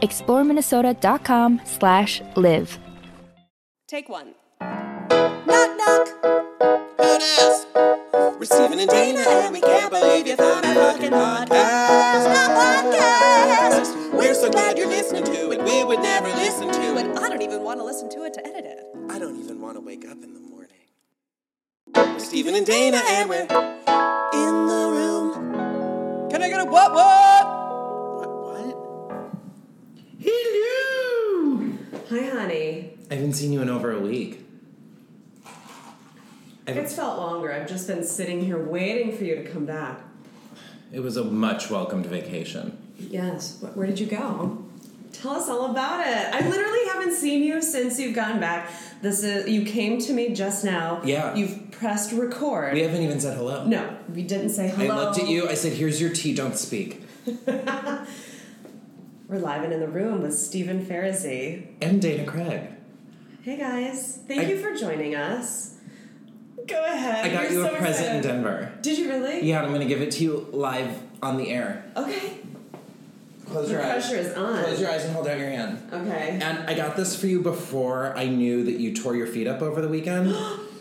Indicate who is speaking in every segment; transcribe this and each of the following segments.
Speaker 1: ExploreMinnesota.com slash live.
Speaker 2: Take one. Knock, knock.
Speaker 3: Who das? We're Steven and Dana, and we can't believe you found our fucking podcast.
Speaker 2: Our
Speaker 3: podcast. We're so glad you're listening to it. We would never listen to it.
Speaker 2: I don't even want to listen to it to edit it.
Speaker 3: I don't even want to wake up in the morning. We're Steven and Dana, and we're in the room.
Speaker 2: Can I get a what what?
Speaker 3: What? What?
Speaker 4: Hello! Hi, honey.
Speaker 5: I haven't seen you in over a week. I haven't-
Speaker 4: It's felt longer. I've just been sitting here waiting for you to come back.
Speaker 5: It was a much welcomed vacation.
Speaker 4: Yes. Wh- Where did you go? Tell us all about it. I literally haven't seen you since you've gone back. This is you came to me just now.
Speaker 5: Yeah.
Speaker 4: You've pressed record.
Speaker 5: We haven't even said hello.
Speaker 4: no, we didn't say
Speaker 5: I
Speaker 4: hello.
Speaker 5: looked at you, I said, here's your tea, don't speak.
Speaker 4: We're live and in the room with Stephen Farazee.
Speaker 5: And Dana Craig.
Speaker 4: Hey guys, thank
Speaker 5: I-
Speaker 4: you for joining us. Go ahead.
Speaker 5: I got
Speaker 4: You're
Speaker 5: you a
Speaker 4: so
Speaker 5: present in
Speaker 4: excited.
Speaker 5: Denver.
Speaker 4: Did you really?
Speaker 5: Yeah, and I'm gonna give it to you live on the air.
Speaker 4: Okay.
Speaker 5: Close
Speaker 4: The
Speaker 5: your eyes.
Speaker 4: pressure is on.
Speaker 5: Close your eyes and hold out your hand.
Speaker 4: Okay.
Speaker 5: And I got this for you before I knew that you tore your feet up over the weekend.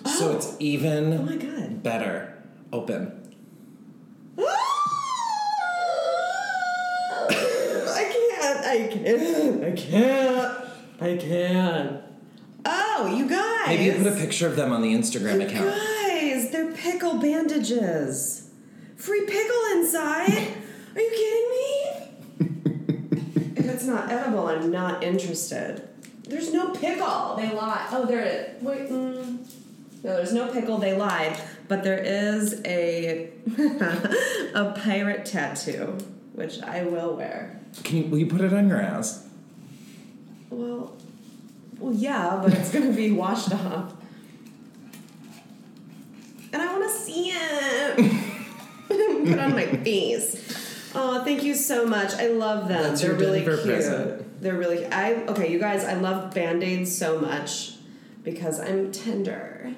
Speaker 5: So it's even
Speaker 4: Oh my God.
Speaker 5: better. Open.
Speaker 4: I can't. I can't. I can't. I can't. Oh, you guys.
Speaker 5: Maybe you put a picture of them on the Instagram account.
Speaker 4: Guys, they're pickle bandages. Free pickle inside? Are you kidding me? if it's not edible, I'm not interested. There's no pickle. They lied. Oh, there it is. Wait. Mm. No, there's no pickle. They lied. But there is a a pirate tattoo, which I will wear.
Speaker 5: Can you will you put it on your ass?
Speaker 4: Well, well, yeah, but it's gonna be washed off. And I want to see it. Put it on my face. Oh, thank you so much. I love them.
Speaker 5: That's
Speaker 4: They're
Speaker 5: your
Speaker 4: really
Speaker 5: Denver
Speaker 4: cute.
Speaker 5: present.
Speaker 4: They're really. I okay, you guys. I love band aids so much because I'm tender.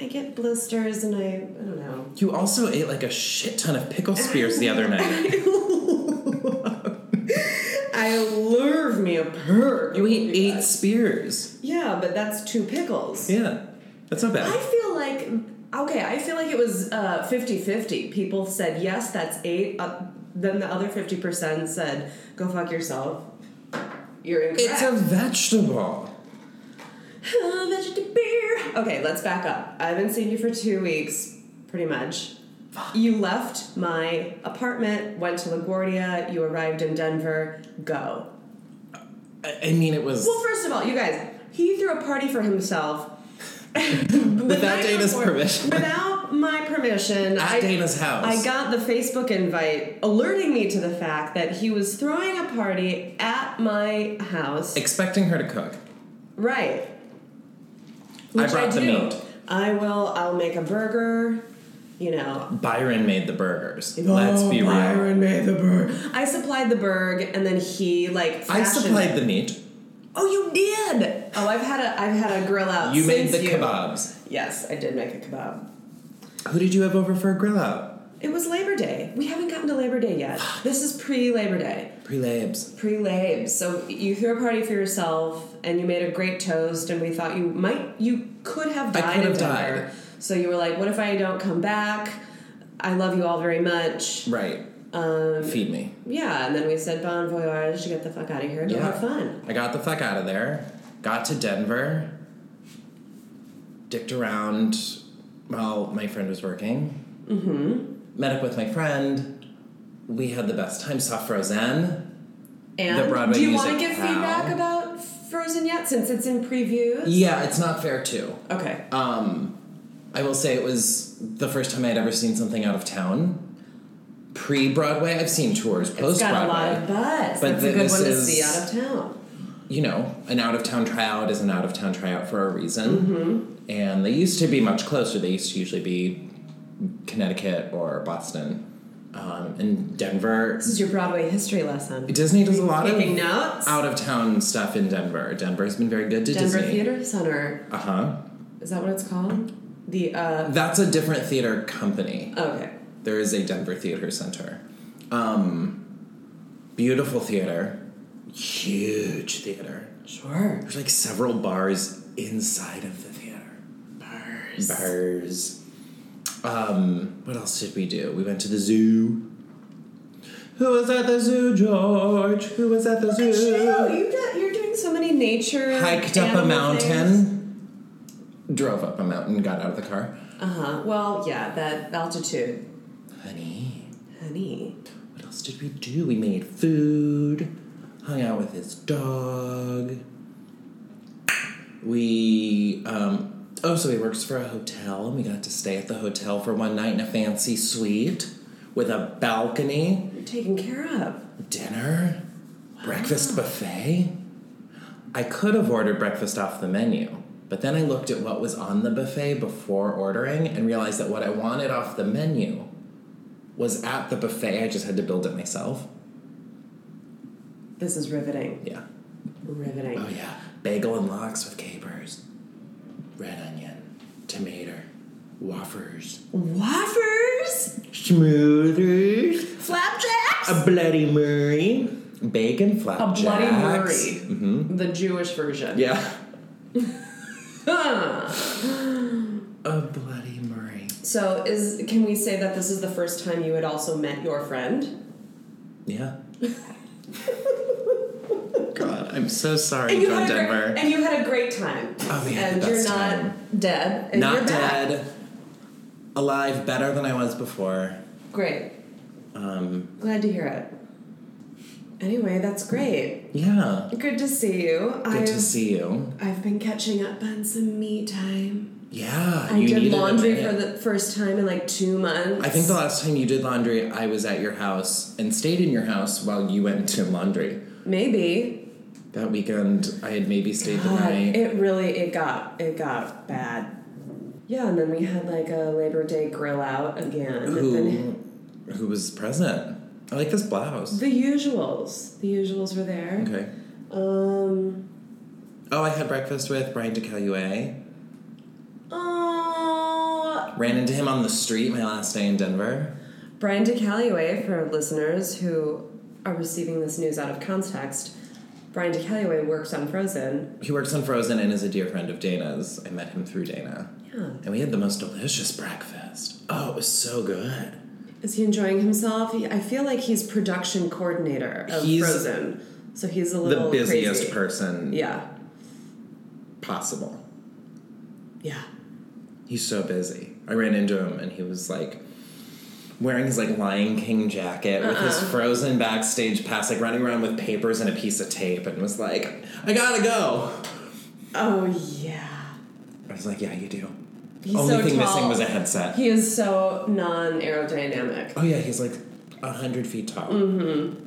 Speaker 4: I get blisters and I I don't know.
Speaker 5: You also ate like a shit ton of pickle spears the other night.
Speaker 4: I love me a perk. Oh
Speaker 5: You ate eight spears.
Speaker 4: Yeah, but that's two pickles.
Speaker 5: Yeah, that's not
Speaker 4: I
Speaker 5: bad.
Speaker 4: feel like okay, I feel like it was uh 50-50. People said yes, that's 8. Uh, then the other 50% said go fuck yourself. You're incorrect.
Speaker 5: It's a vegetable.
Speaker 4: Ah, vegetable beer. Okay, let's back up. I haven't seen you for 2 weeks pretty much. You left my apartment, went to LaGuardia, you arrived in Denver. Go.
Speaker 5: I, I mean, it was
Speaker 4: Well, first of all, you guys, he threw a party for himself. without
Speaker 5: Dana's permission.
Speaker 4: Without my permission.
Speaker 5: At Dana's house.
Speaker 4: I got the Facebook invite alerting me to the fact that he was throwing a party at my house.
Speaker 5: expecting her to cook.
Speaker 4: right. Which
Speaker 5: I brought the
Speaker 4: do.
Speaker 5: meat.
Speaker 4: I will, I'll make a burger, you know.
Speaker 5: Byron made the burgers. Let's be real.
Speaker 4: Oh, made the burg. I supplied the burg and then he like
Speaker 5: I
Speaker 4: fashioned
Speaker 5: supplied
Speaker 4: it.
Speaker 5: the meat.
Speaker 4: Oh, you did! Oh, I've had a I've had a grill out.
Speaker 5: You made
Speaker 4: since
Speaker 5: the
Speaker 4: you.
Speaker 5: kebabs.
Speaker 4: Yes, I did make a kebab.
Speaker 5: Who did you have over for a grill out?
Speaker 4: It was Labor Day. We haven't gotten to Labor Day yet. This is pre Labor Day,
Speaker 5: Prelabs.
Speaker 4: pre Labs. So you threw a party for yourself, and you made a great toast. And we thought you might, you could have
Speaker 5: I
Speaker 4: died.
Speaker 5: could
Speaker 4: in
Speaker 5: have
Speaker 4: Denver.
Speaker 5: died.
Speaker 4: So you were like, "What if I don't come back? I love you all very much."
Speaker 5: Right.
Speaker 4: Um,
Speaker 5: Feed me.
Speaker 4: yeah, and then we said bon voyage to get the fuck out of here and go
Speaker 5: Yeah.
Speaker 4: have fun.
Speaker 5: I got the fuck out of there. Got to Denver. Dicked around while my friend was working. Mm-hmm. Met up with my friend. We had the best time. Saw Frozen.
Speaker 4: And
Speaker 5: Broadway
Speaker 4: do you
Speaker 5: music
Speaker 4: want to give
Speaker 5: how?
Speaker 4: feedback about Frozen yet, since it's in previews?
Speaker 5: Yeah, it's not fair too.
Speaker 4: Okay.
Speaker 5: Um, I will say it was the first time I'd ever seen something out of town. Pre Broadway, I've seen tours.
Speaker 4: it's
Speaker 5: Post
Speaker 4: got a lot of
Speaker 5: Broadway,
Speaker 4: buzz.
Speaker 5: But
Speaker 4: That's
Speaker 5: th-
Speaker 4: a good
Speaker 5: this
Speaker 4: one to
Speaker 5: is-
Speaker 4: see out of town.
Speaker 5: you know, an out of town tryout is an out of town tryout for a reason.
Speaker 4: Mm-hmm.
Speaker 5: And they used to be much closer. They used to usually be Connecticut or Boston, um, and Denver.
Speaker 4: This is your Broadway history lesson.
Speaker 5: Disney does a lot of
Speaker 4: Taking notes.
Speaker 5: out of town stuff in Denver. Denver's been very good to
Speaker 4: Denver
Speaker 5: Disney.
Speaker 4: Theater Center.
Speaker 5: Uh huh.
Speaker 4: Is that what it's called? The uh oh,
Speaker 5: That's a different theater company.
Speaker 4: okay.
Speaker 5: there is a Denver Theater Center. Um, beautiful theater, huge theater.
Speaker 4: Sure.
Speaker 5: There's like several bars inside of the theater.
Speaker 4: Bars.
Speaker 5: Bars. Um, what else did we do? We went to the zoo. Who was at the zoo, George? Who was at the
Speaker 4: Look at you.
Speaker 5: zoo?
Speaker 4: You got, you're doing so many nature.
Speaker 5: Hiked up a
Speaker 4: animal things.
Speaker 5: mountain. Drove up a mountain, got out of the car.
Speaker 4: Uh-huh. Well, yeah, that altitude.
Speaker 5: Honey.
Speaker 4: Honey.
Speaker 5: What else did we do? We made food, hung out with his dog. We, um, oh, so he works for a hotel, and we got to stay at the hotel for one night in a fancy suite with a balcony,
Speaker 4: You're taken care of.
Speaker 5: dinner, breakfast buffet. I could have ordered breakfast off the menu, but then I looked at what was on the buffet before ordering and realized that what I wanted off the menu was at the buffet. I just had to build it myself.
Speaker 4: This is riveting.
Speaker 5: Yeah.
Speaker 4: Riveting.
Speaker 5: Oh yeah. Bagel and lox with capers, red onion, tomato, wafers,
Speaker 4: Wafers?
Speaker 5: smoothers,
Speaker 4: Flapjacks?
Speaker 5: a bloody murray, bacon
Speaker 4: A
Speaker 5: flapjacks.
Speaker 4: Bloody Mary. The Jewish version.
Speaker 5: Mm-hmm. Yeah.
Speaker 4: Huh.
Speaker 5: A bloody murray.
Speaker 4: So is can we say that this is the first time you had also met your friend?
Speaker 5: Yeah. God, I'm so sorry,
Speaker 4: And you,
Speaker 5: John
Speaker 4: had a
Speaker 5: Denver.
Speaker 4: great, and you had a great time.
Speaker 5: Oh, we had
Speaker 4: and
Speaker 5: the
Speaker 4: you're
Speaker 5: best
Speaker 4: not
Speaker 5: time.
Speaker 4: dead. And
Speaker 5: Not
Speaker 4: you're back.
Speaker 5: dead. Alive, better than I was before.
Speaker 4: Great.
Speaker 5: Um,
Speaker 4: Glad to hear it. Anyway, that's great.
Speaker 5: yeah.
Speaker 4: Good to see you.
Speaker 5: Good
Speaker 4: I've,
Speaker 5: to see you.
Speaker 4: I've been catching up on some me time.
Speaker 5: Yeah.
Speaker 4: I
Speaker 5: you
Speaker 4: did
Speaker 5: needed a
Speaker 4: laundry for
Speaker 5: minute.
Speaker 4: the first time in like two months.
Speaker 5: I think the last time you did laundry, I was at your house and stayed in your house while you went to laundry.
Speaker 4: maybe.
Speaker 5: That weekend, I had maybe stayed the
Speaker 4: God,
Speaker 5: night.
Speaker 4: it really it got it got bad. Yeah, and then we had like a Labor Day grill out again. and
Speaker 5: who,
Speaker 4: then-
Speaker 5: who was present? I like this blouse.
Speaker 4: the usuals. The usuals were there.
Speaker 5: Okay.
Speaker 4: Um
Speaker 5: Oh, I had breakfast with Brian DeCalue.
Speaker 4: Oh
Speaker 5: Ran into him on the street my last day in Denver.
Speaker 4: Brian DeCalliway, for listeners who are receiving this news out of context, Brian DeCalliway works on Frozen.
Speaker 5: He works on Frozen and is a dear friend of Dana's. I met him through Dana.
Speaker 4: Yeah.
Speaker 5: And we had the most delicious breakfast. Oh, it was so good.
Speaker 4: Is he enjoying himself? He, I feel like he's production coordinator of
Speaker 5: He's
Speaker 4: Frozen. So he's a
Speaker 5: The
Speaker 4: little
Speaker 5: busiest
Speaker 4: Oh, crazy.
Speaker 5: person
Speaker 4: Yeah.
Speaker 5: possible.
Speaker 4: Yeah.
Speaker 5: He's so busy. I ran into him and he was like wearing his like Lion King jacket with his
Speaker 4: Uh-uh.
Speaker 5: frozen backstage pass, like running around with papers and a piece of tape and was like, I gotta go.
Speaker 4: Oh yeah.
Speaker 5: I was like, Yeah, you do.
Speaker 4: He's
Speaker 5: Only
Speaker 4: so
Speaker 5: thing
Speaker 4: tall.
Speaker 5: missing was a headset.
Speaker 4: He is so non aerodynamic.
Speaker 5: oh yeah, he's like a hundred feet tall.
Speaker 4: Mm-hmm.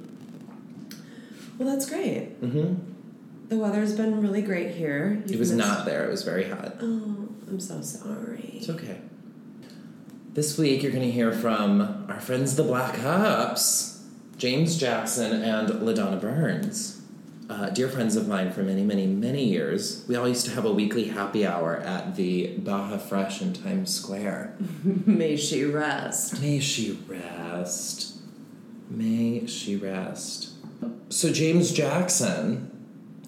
Speaker 4: Well, that's great. Mm-hmm. The weather's been really great here.
Speaker 5: He was not there, it was very hot.
Speaker 4: Oh, I'm so sorry.
Speaker 5: It's okay. This week you're gonna hear from our friends the Black Hops, James Jackson and LaDonna Burns. Uh, dear friends of mine for many, many, many years. We all used to have a weekly happy hour at the Baja Fresh in Times Square.
Speaker 4: May she rest.
Speaker 5: May she rest. May she rest. So, James Jackson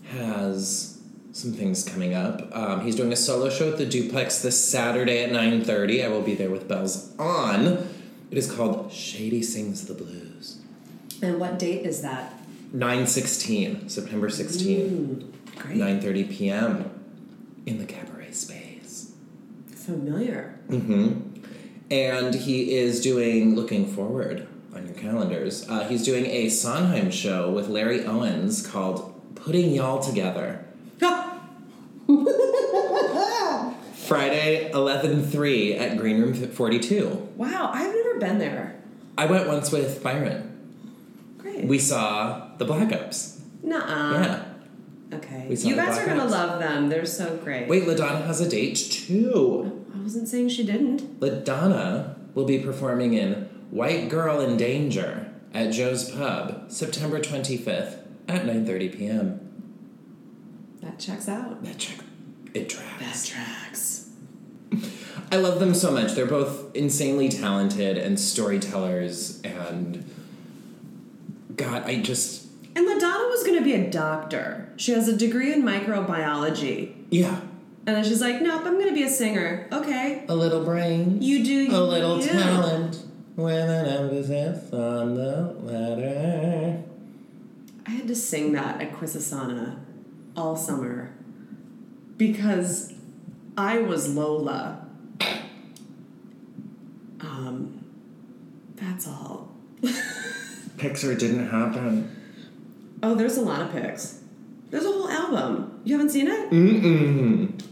Speaker 5: has some things coming up. Um, he's doing a solo show at the Duplex this Saturday at 9.30. I will be there with bells on. It is called Shady Sings the Blues.
Speaker 4: And what date is that?
Speaker 5: 916, September 16,
Speaker 4: Great.
Speaker 5: 9.30 p.m. in the cabaret space.
Speaker 4: Familiar.
Speaker 5: Mm-hmm. And he is doing, looking forward on your calendars, uh, he's doing a Sondheim show with Larry Owens called Putting Y'all Together. Friday, 11.3 at Green Room 42.
Speaker 4: Wow, I've never been there.
Speaker 5: I went once with Byron.
Speaker 4: Great.
Speaker 5: We saw the Black Ups.
Speaker 4: Nuh-uh.
Speaker 5: Yeah.
Speaker 4: Okay.
Speaker 5: We saw
Speaker 4: You
Speaker 5: the
Speaker 4: guys are
Speaker 5: Black
Speaker 4: gonna
Speaker 5: Eyes.
Speaker 4: love them. They're so great.
Speaker 5: Wait, LaDonna has a date too.
Speaker 4: I wasn't saying she didn't.
Speaker 5: LaDonna will be performing in White Girl in Danger at Joe's Pub, September 25th at 9.30 p.m.
Speaker 4: That checks out.
Speaker 5: That track, it tracks.
Speaker 4: tracks.
Speaker 5: I love them so much. They're both insanely talented and storytellers and... God, I just...
Speaker 4: And LaDonna was gonna be a doctor. She has a degree in microbiology.
Speaker 5: Yeah.
Speaker 4: And then she's like, nope, I'm gonna be a singer. Okay.
Speaker 5: A little brain.
Speaker 4: You do
Speaker 5: a little
Speaker 4: you.
Speaker 5: talent with an emphasis on the letter.
Speaker 4: I had to sing that at Quisasana all summer because I was Lola. Um, that's all.
Speaker 5: Pixar didn't happen.
Speaker 4: Oh, there's a lot of pics. There's a whole album. You haven't seen it?
Speaker 5: Mm-mm.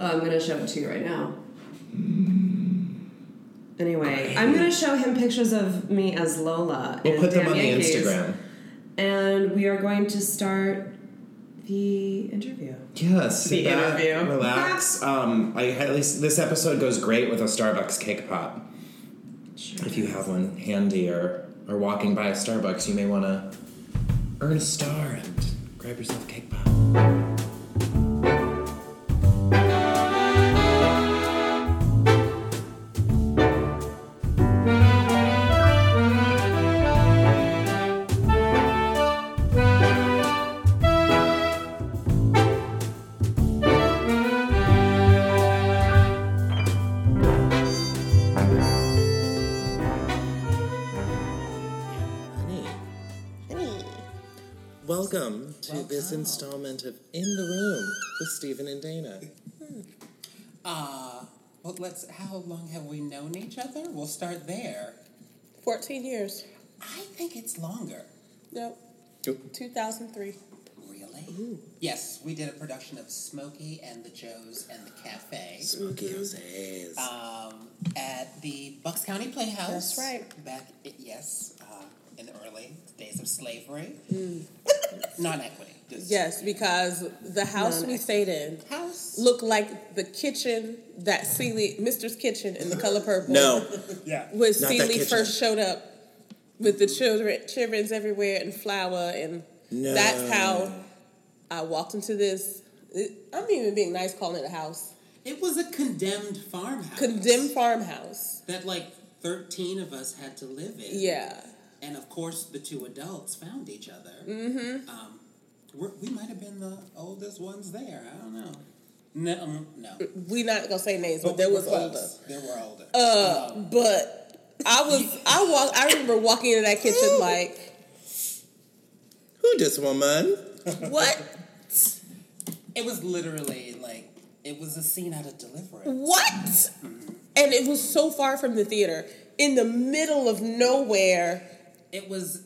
Speaker 4: Oh, I'm gonna show it to you right now.
Speaker 5: Mm.
Speaker 4: Anyway, I'm gonna show him pictures of me as Lola.
Speaker 5: We'll
Speaker 4: in
Speaker 5: put them
Speaker 4: Damn
Speaker 5: on the
Speaker 4: Yankees,
Speaker 5: Instagram.
Speaker 4: And we are going to start the interview.
Speaker 5: Yes.
Speaker 4: The interview.
Speaker 5: Relax. um, I highly this episode goes great with a Starbucks cake pop.
Speaker 4: Sure.
Speaker 5: If you have one handy or or walking by a Starbucks, you may want to earn a star and grab yourself a cake pop. Honey,
Speaker 6: Honey.
Speaker 5: welcome to this installment of In the Room with Stephen and Dana.
Speaker 2: Uh, well, let's. How long have we known each other? We'll start there.
Speaker 6: 14 years.
Speaker 2: I think it's longer.
Speaker 6: Nope.
Speaker 5: Yep.
Speaker 6: 2003.
Speaker 2: Really? Yes, we did a production of Smokey and the Joes and the Cafe
Speaker 5: Smokey Jose's.
Speaker 2: um, at the Bucks County Playhouse.
Speaker 6: That's right.
Speaker 2: Back, i- yes, uh, in the early days of slavery. Non equity.
Speaker 6: Mm. Yes, because the house we stayed in
Speaker 2: House.
Speaker 6: looked like the kitchen that Seeley, Mister's kitchen in the color purple.
Speaker 5: No.
Speaker 2: Yeah.
Speaker 6: When
Speaker 5: Not that
Speaker 6: Seeley
Speaker 5: kitchen.
Speaker 6: first showed up with the children, children's everywhere and flour, and
Speaker 5: No.
Speaker 2: Um,
Speaker 6: that's how I walked into this. It, I'm even being nice calling it a house.
Speaker 2: It was a condemned farmhouse.
Speaker 6: Condemned farmhouse.
Speaker 2: That like 13 of us had to live in.
Speaker 6: Yeah.
Speaker 2: And of course, the two adults found each other. Mm-hmm. Um, we're, we might have been the oldest ones there. I don't know. No, um, no.
Speaker 6: we not gonna say names, but,
Speaker 2: we
Speaker 6: there
Speaker 2: were
Speaker 6: was
Speaker 2: close.
Speaker 6: older. Uh,
Speaker 2: There were older. Um,
Speaker 6: But I was I walk I remember walking into that kitchen like
Speaker 5: Who this woman?
Speaker 6: what
Speaker 2: it was literally like it was a scene out of Deliverance.
Speaker 6: what? And it was so far from the theater, in the middle of nowhere.
Speaker 2: It was,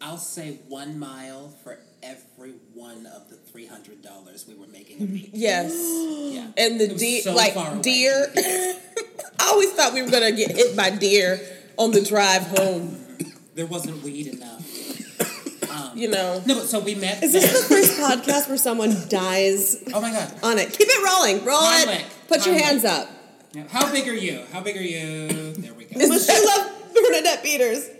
Speaker 2: I'll say, one mile for every one of the three hundred dollars we were making a
Speaker 5: Mm-hmm.
Speaker 2: week.
Speaker 6: Yes,
Speaker 2: Yeah.
Speaker 6: and
Speaker 2: It
Speaker 6: the
Speaker 2: was
Speaker 6: deer
Speaker 2: so
Speaker 6: like
Speaker 2: far away.
Speaker 6: deer. I always thought we were gonna get hit by deer on the drive home.
Speaker 2: There wasn't weed enough.
Speaker 6: You know.
Speaker 2: No, but so we met.
Speaker 4: Is this the first podcast where someone dies
Speaker 2: oh my god.
Speaker 4: on it? Keep it rolling. Roll
Speaker 2: Time
Speaker 4: it.
Speaker 2: lick.
Speaker 4: Put your
Speaker 2: Time
Speaker 4: hands
Speaker 2: lick.
Speaker 4: up.
Speaker 2: Now, How big are you? How big are you? There we go.
Speaker 4: I love Bernadette Peters.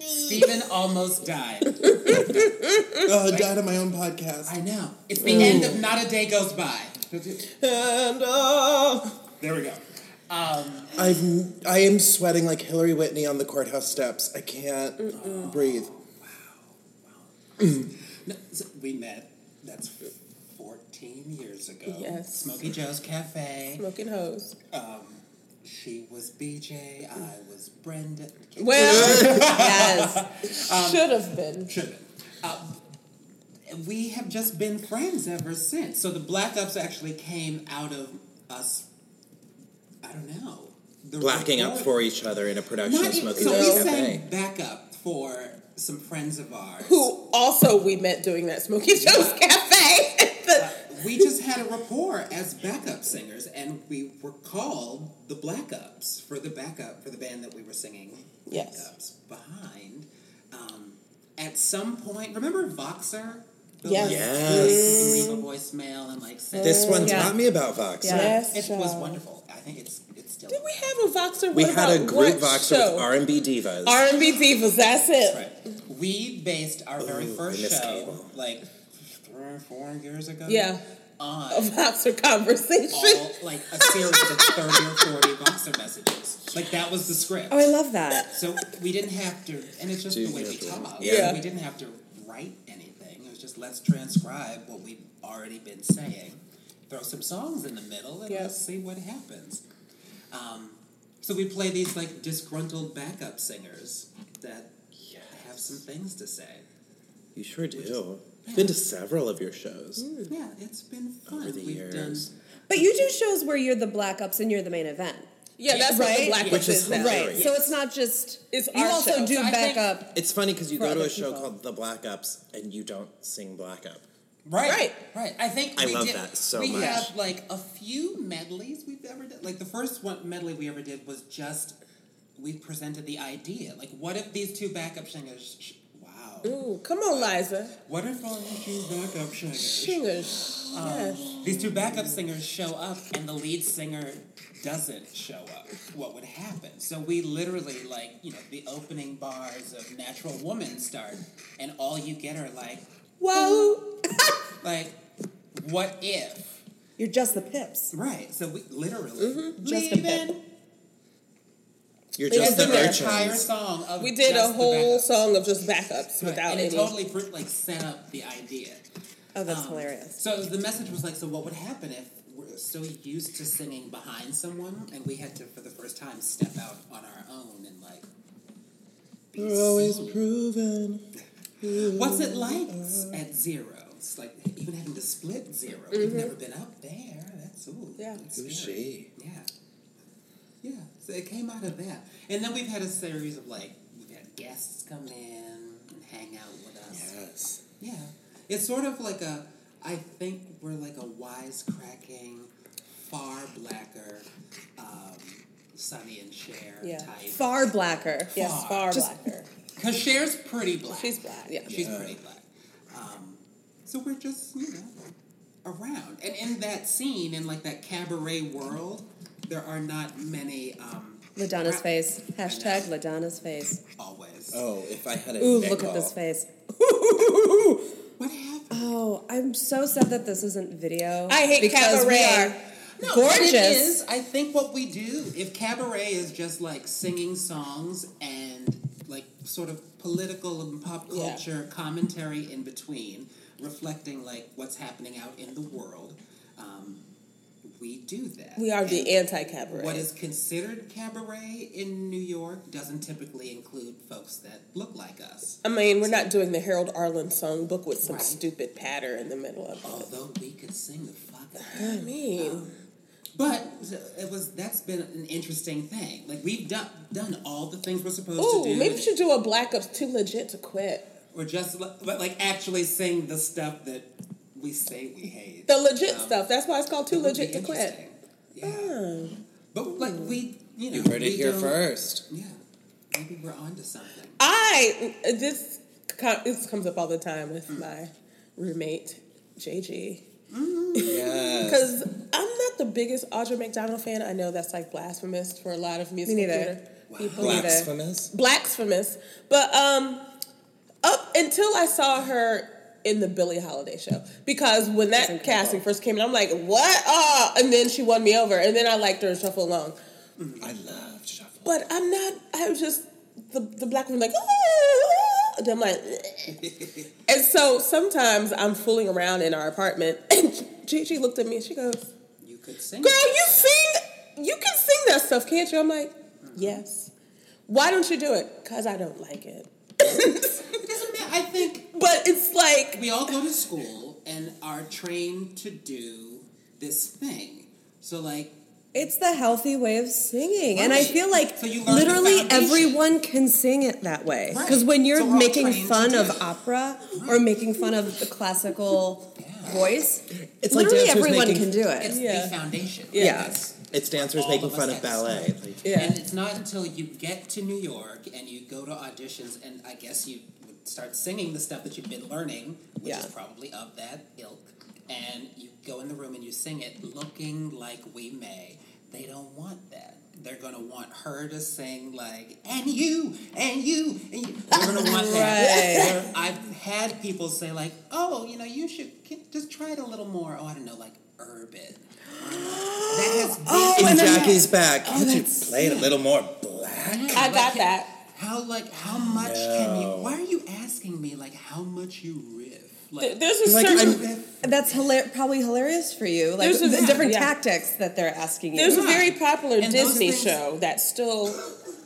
Speaker 2: Steven almost died.
Speaker 7: Oh, I died on my own podcast.
Speaker 2: I know. It's the end of Not a Day Goes By.
Speaker 7: And oh,
Speaker 2: There we go. Um,
Speaker 7: I've I am sweating like Hillary Whitney on the courthouse steps. I can't breathe.
Speaker 2: no, so we met, that's 14 years ago.
Speaker 6: Yes.
Speaker 2: Smokey Joe's Cafe.
Speaker 6: Smoking hose.
Speaker 2: Um,
Speaker 6: She was BJ, I was Brenda. Um,
Speaker 2: Well, yes. Should have been.
Speaker 6: Should have been. Uh, we have just been friends ever since. So the Black Ops actually came out of us, I don't know. The
Speaker 4: Blacking up
Speaker 6: recording.
Speaker 4: for each other in a production
Speaker 6: Not
Speaker 4: of
Speaker 6: even-
Speaker 4: Smoking
Speaker 6: so
Speaker 4: Jack's
Speaker 6: we
Speaker 4: Cafe.
Speaker 6: sang backup for some friends of ours.
Speaker 2: Who also we met doing that Smokey Joe's Cafe.
Speaker 6: We just had a rapport as backup singers, and we were called the Black Ups for the backup for the band that we were singing.
Speaker 2: Yes.
Speaker 6: Ups behind. Um, at some point, remember Voxer? The
Speaker 2: Yes.
Speaker 6: little-
Speaker 4: Yes.
Speaker 6: you
Speaker 4: Mm,
Speaker 6: Leave a voicemail and like. send-
Speaker 4: This one taught me about Voxer.
Speaker 2: Yes,
Speaker 6: it was
Speaker 2: child.
Speaker 6: wonderful. I think it's it's still.
Speaker 2: Did we have a Voxer?
Speaker 4: We
Speaker 2: What
Speaker 4: had a
Speaker 2: about what
Speaker 4: group Voxer
Speaker 2: show?
Speaker 4: with R&B divas.
Speaker 2: R&B Divas, that's it.
Speaker 6: We based our very
Speaker 4: Ooh,
Speaker 6: first
Speaker 4: I miss
Speaker 6: show
Speaker 4: cable.
Speaker 6: like three or four years ago.
Speaker 2: Yeah.
Speaker 6: On
Speaker 2: A Voxer conversation.
Speaker 6: all like a series of thirty or forty Voxer messages. Like that was the script.
Speaker 8: Oh, I love that.
Speaker 6: So we didn't have to, and it's just the way we talk.
Speaker 8: Yeah. Yeah.
Speaker 6: We didn't have to write anything. It was just let's transcribe what we've already been saying, throw some songs in the middle, and let's see what happens. Um, so we play these like disgruntled backup singers that have some things to say.
Speaker 4: You sure do. I've been to several of your shows
Speaker 6: Yeah, it's been fun.
Speaker 4: over the
Speaker 6: We've done
Speaker 4: years.
Speaker 9: But you do shows where you're the black ups and you're the main event.
Speaker 2: Yeah, that's what the
Speaker 9: right.
Speaker 2: Black Which Ups is is now.
Speaker 9: right.
Speaker 2: hilarious.
Speaker 9: So it's not just
Speaker 2: It's
Speaker 9: you
Speaker 2: our
Speaker 9: also
Speaker 2: show.
Speaker 9: do
Speaker 2: So I
Speaker 9: back
Speaker 2: think-
Speaker 9: up.
Speaker 4: It's funny because you
Speaker 9: For
Speaker 4: go to
Speaker 9: other
Speaker 4: a show
Speaker 9: people.
Speaker 4: called The Black Ups and you don't sing Black Up.
Speaker 6: Right, right, I think
Speaker 4: I
Speaker 6: we
Speaker 4: love
Speaker 6: did,
Speaker 4: that so
Speaker 6: we
Speaker 4: much.
Speaker 6: have like a few medleys we've ever done. Like the first one medley we ever did was just we presented the idea. Like, what if these two backup singers? Sh- wow.
Speaker 2: Ooh, come on, Liza.
Speaker 6: What if all these two backup singers?
Speaker 2: Singers.
Speaker 6: um,
Speaker 2: yes.
Speaker 6: These two backup singers show up, and the lead singer doesn't show up. What would happen? So we literally, like, you know, the opening bars of Natural Woman start, and all you get are like,
Speaker 2: whoa,
Speaker 6: like, what if?
Speaker 9: You're just the pips.
Speaker 6: Right. So we literally
Speaker 2: Mm-hmm.
Speaker 9: Just a
Speaker 6: leaving.
Speaker 4: You're
Speaker 2: It was
Speaker 4: just the
Speaker 2: in there.
Speaker 6: entire
Speaker 4: urchins.
Speaker 6: song of
Speaker 2: We did
Speaker 6: just
Speaker 2: a
Speaker 6: the
Speaker 2: whole
Speaker 6: backups.
Speaker 2: song of just backups
Speaker 6: Right,
Speaker 2: without
Speaker 6: and it
Speaker 2: any.
Speaker 6: totally pr- like set up the idea.
Speaker 9: Oh, that's
Speaker 6: Um,
Speaker 9: hilarious.
Speaker 6: So the message was like, so what would happen if we're so used to singing behind someone, and we had to for the first time step out on our own and like,
Speaker 4: You're always proven.
Speaker 6: what's it like
Speaker 2: Mm,
Speaker 6: at zero? It's like even having to split 0 we You've
Speaker 2: Mhm.
Speaker 6: never been up there. That's ooh.
Speaker 2: Yeah.
Speaker 6: that's
Speaker 4: Who's
Speaker 6: scary.
Speaker 4: she?
Speaker 6: Yeah. Yeah. So it came out of that. And then we've had a series of like we've had guests come in and hang out with us.
Speaker 4: Yes.
Speaker 6: Yeah. It's sort of like a I think we're like a wisecracking, far blacker, um, Sonny and Cher
Speaker 9: Yeah.
Speaker 6: type.
Speaker 9: Far blacker.
Speaker 2: Yes, far
Speaker 9: Just-
Speaker 2: blacker.
Speaker 6: Because Cher's pretty black.
Speaker 2: She's black. Yeah.
Speaker 6: She's pretty black. Um, so we're just, you know, around. And in that scene, in like that cabaret world, there are not many um,
Speaker 9: Ladonna's face.
Speaker 6: I
Speaker 9: Hashtag Ladonna's face.
Speaker 6: always.
Speaker 4: Oh, if I had a
Speaker 9: Ooh,
Speaker 4: nickel.
Speaker 9: look at this face.
Speaker 6: What happened?
Speaker 9: Oh, I'm so sad that this isn't video.
Speaker 2: I hate
Speaker 9: because we
Speaker 2: cabaret.
Speaker 9: are
Speaker 6: No, what
Speaker 9: gorgeous.
Speaker 6: it is, I think what we do, if cabaret is just like singing songs and like sort of political and pop
Speaker 2: Yeah.
Speaker 6: culture commentary in between, reflecting like what's happening out in the world, um, we do that.
Speaker 2: We are
Speaker 6: And
Speaker 2: the anti-cabaret.
Speaker 6: What is considered cabaret in New York doesn't typically include folks that look like us.
Speaker 2: I mean, we're not doing the Harold Arlen songbook with some
Speaker 6: Right.
Speaker 2: stupid patter in the middle of it.
Speaker 6: Although we could sing the fuck out of
Speaker 2: I
Speaker 6: it. Um,
Speaker 2: mean,
Speaker 6: But it was that's been an interesting thing. Like we've done done all the things we're supposed
Speaker 2: ooh,
Speaker 6: to do.
Speaker 2: maybe we should do a black ups too legit to quit.
Speaker 6: or just li- but like actually sing the stuff that we say we hate.
Speaker 2: The legit
Speaker 6: Um,
Speaker 2: stuff. That's why it's called too
Speaker 6: that would be
Speaker 2: legit to quit.
Speaker 6: interesting. But like we, you know,
Speaker 4: You heard it
Speaker 6: we
Speaker 4: here
Speaker 6: don't-
Speaker 4: first.
Speaker 6: Yeah, maybe we're onto something.
Speaker 2: I this co- this comes up all the time with my roommate JG
Speaker 4: Yes.
Speaker 2: because I'm not the biggest Audra McDonald fan. I know that's like blasphemous for a lot of musical
Speaker 9: neither.
Speaker 2: theater people.
Speaker 4: Blasphemous.
Speaker 2: Blasphemous, but um, up until I saw her in the Billie Holiday show because when that casting first came in, I'm like, what? Ah, and then she won me over, and then I liked her in Shuffle Along.
Speaker 6: Mm,
Speaker 4: I love shuffle.
Speaker 2: But I'm not. I was just the the black woman like. "Ah," and I'm like, "Eh." and so sometimes I'm fooling around in our apartment, and Gigi looked at me and she goes,
Speaker 6: You could sing.
Speaker 2: "Girl, you sing you can sing that stuff, can't you? I'm like, yes. Why don't you do it? Because I don't like it.
Speaker 4: It doesn't matter. I think.
Speaker 2: But it's like
Speaker 4: we all go to school and are trained to do this thing. So like,
Speaker 10: It's the healthy way of singing, and I
Speaker 4: Right.
Speaker 10: feel like
Speaker 4: So you learn the
Speaker 10: literally
Speaker 4: foundation.
Speaker 10: everyone can sing it that way. Because when you're
Speaker 4: So we're all
Speaker 10: making
Speaker 4: trained to
Speaker 10: fun
Speaker 4: do
Speaker 10: of
Speaker 4: it.
Speaker 10: opera or making fun of the classical voice,
Speaker 5: It's like
Speaker 10: literally
Speaker 5: dancers
Speaker 10: everyone
Speaker 5: making-
Speaker 10: can do it.
Speaker 4: it's
Speaker 2: Yeah.
Speaker 4: the foundation.
Speaker 10: Yeah.
Speaker 5: It's dancers
Speaker 4: All
Speaker 5: making
Speaker 4: of us
Speaker 5: fun of
Speaker 4: have
Speaker 5: ballet.
Speaker 4: some.
Speaker 5: Like,
Speaker 4: And it's not until you get to New York and you go to auditions, and I guess you would start singing the stuff that you've been learning, which
Speaker 10: Yeah.
Speaker 4: is probably of that ilk, and you go in the room and you sing it looking like we may. They don't want that. They're gonna want her to sing like and you and you and you. They're gonna want that.
Speaker 10: Right.
Speaker 4: I've had people say like, oh, you know, you should can- just try it a little more. Oh, I don't know, like urban. That has been
Speaker 10: Oh,
Speaker 4: Oh,
Speaker 5: in Jackie's back. Can't you play it a little more black?
Speaker 2: I got that.
Speaker 4: How like how much can you? Why are you asking me like how much you riff? Like
Speaker 2: There's a
Speaker 4: Like,
Speaker 2: certain.
Speaker 4: I'm-
Speaker 10: That's hilar- probably hilarious for you. Like
Speaker 2: There's a-
Speaker 10: the different
Speaker 2: yeah.
Speaker 10: tactics that they're asking you.
Speaker 2: There's a very popular
Speaker 10: And those
Speaker 2: Disney
Speaker 10: things-
Speaker 2: show that's still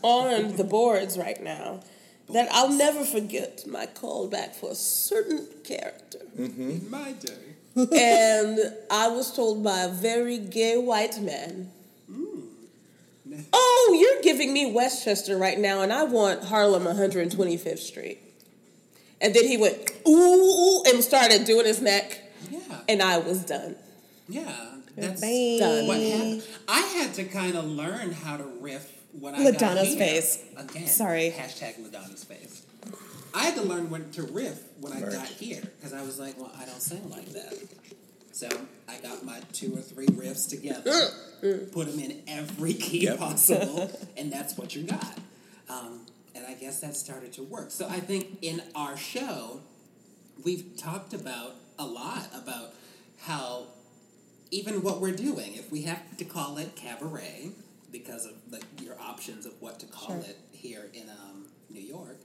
Speaker 2: on the boards right now that I'll never forget my callback for a certain character.
Speaker 5: Hmm?
Speaker 4: in my day.
Speaker 2: and I was told by a very gay white man, Oh, you're giving me Westchester right now, and I want Harlem 125th Street. And then he went, ooh, ooh, and started doing his neck,
Speaker 4: Yeah,
Speaker 2: and I was done.
Speaker 4: yeah. That's
Speaker 10: Bye.
Speaker 4: what happened. I had to kind of learn how to riff when I got
Speaker 10: LaDonna's
Speaker 4: here.
Speaker 10: face.
Speaker 4: again.
Speaker 10: Sorry.
Speaker 4: Hashtag Ladonna's face. I had to learn when to riff when I got here because I was like, well, I don't sing like that. So I got my two or three riffs together. put them in every key possible, and that's what you got. Um, and I guess that started to work. So I think in our show, we've talked about a lot about how even what we're doing, if we have to call it cabaret because of the, your options of what to call it here in um, New York,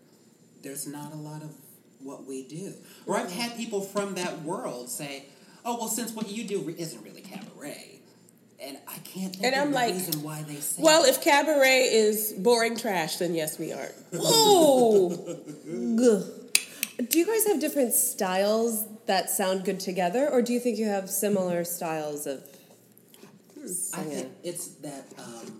Speaker 4: there's not a lot of what we do. Or I've had people from that world say, "Oh, well, since what you do re- isn't really cabaret." And I can't think
Speaker 2: And
Speaker 4: of
Speaker 2: I'm
Speaker 4: the
Speaker 2: like,
Speaker 4: reason why they say
Speaker 2: Well, if cabaret is boring trash, then yes, we are. Whoa!
Speaker 10: Do you guys have different styles that sound good together, or do you think you have similar styles of?
Speaker 4: I think it's that um,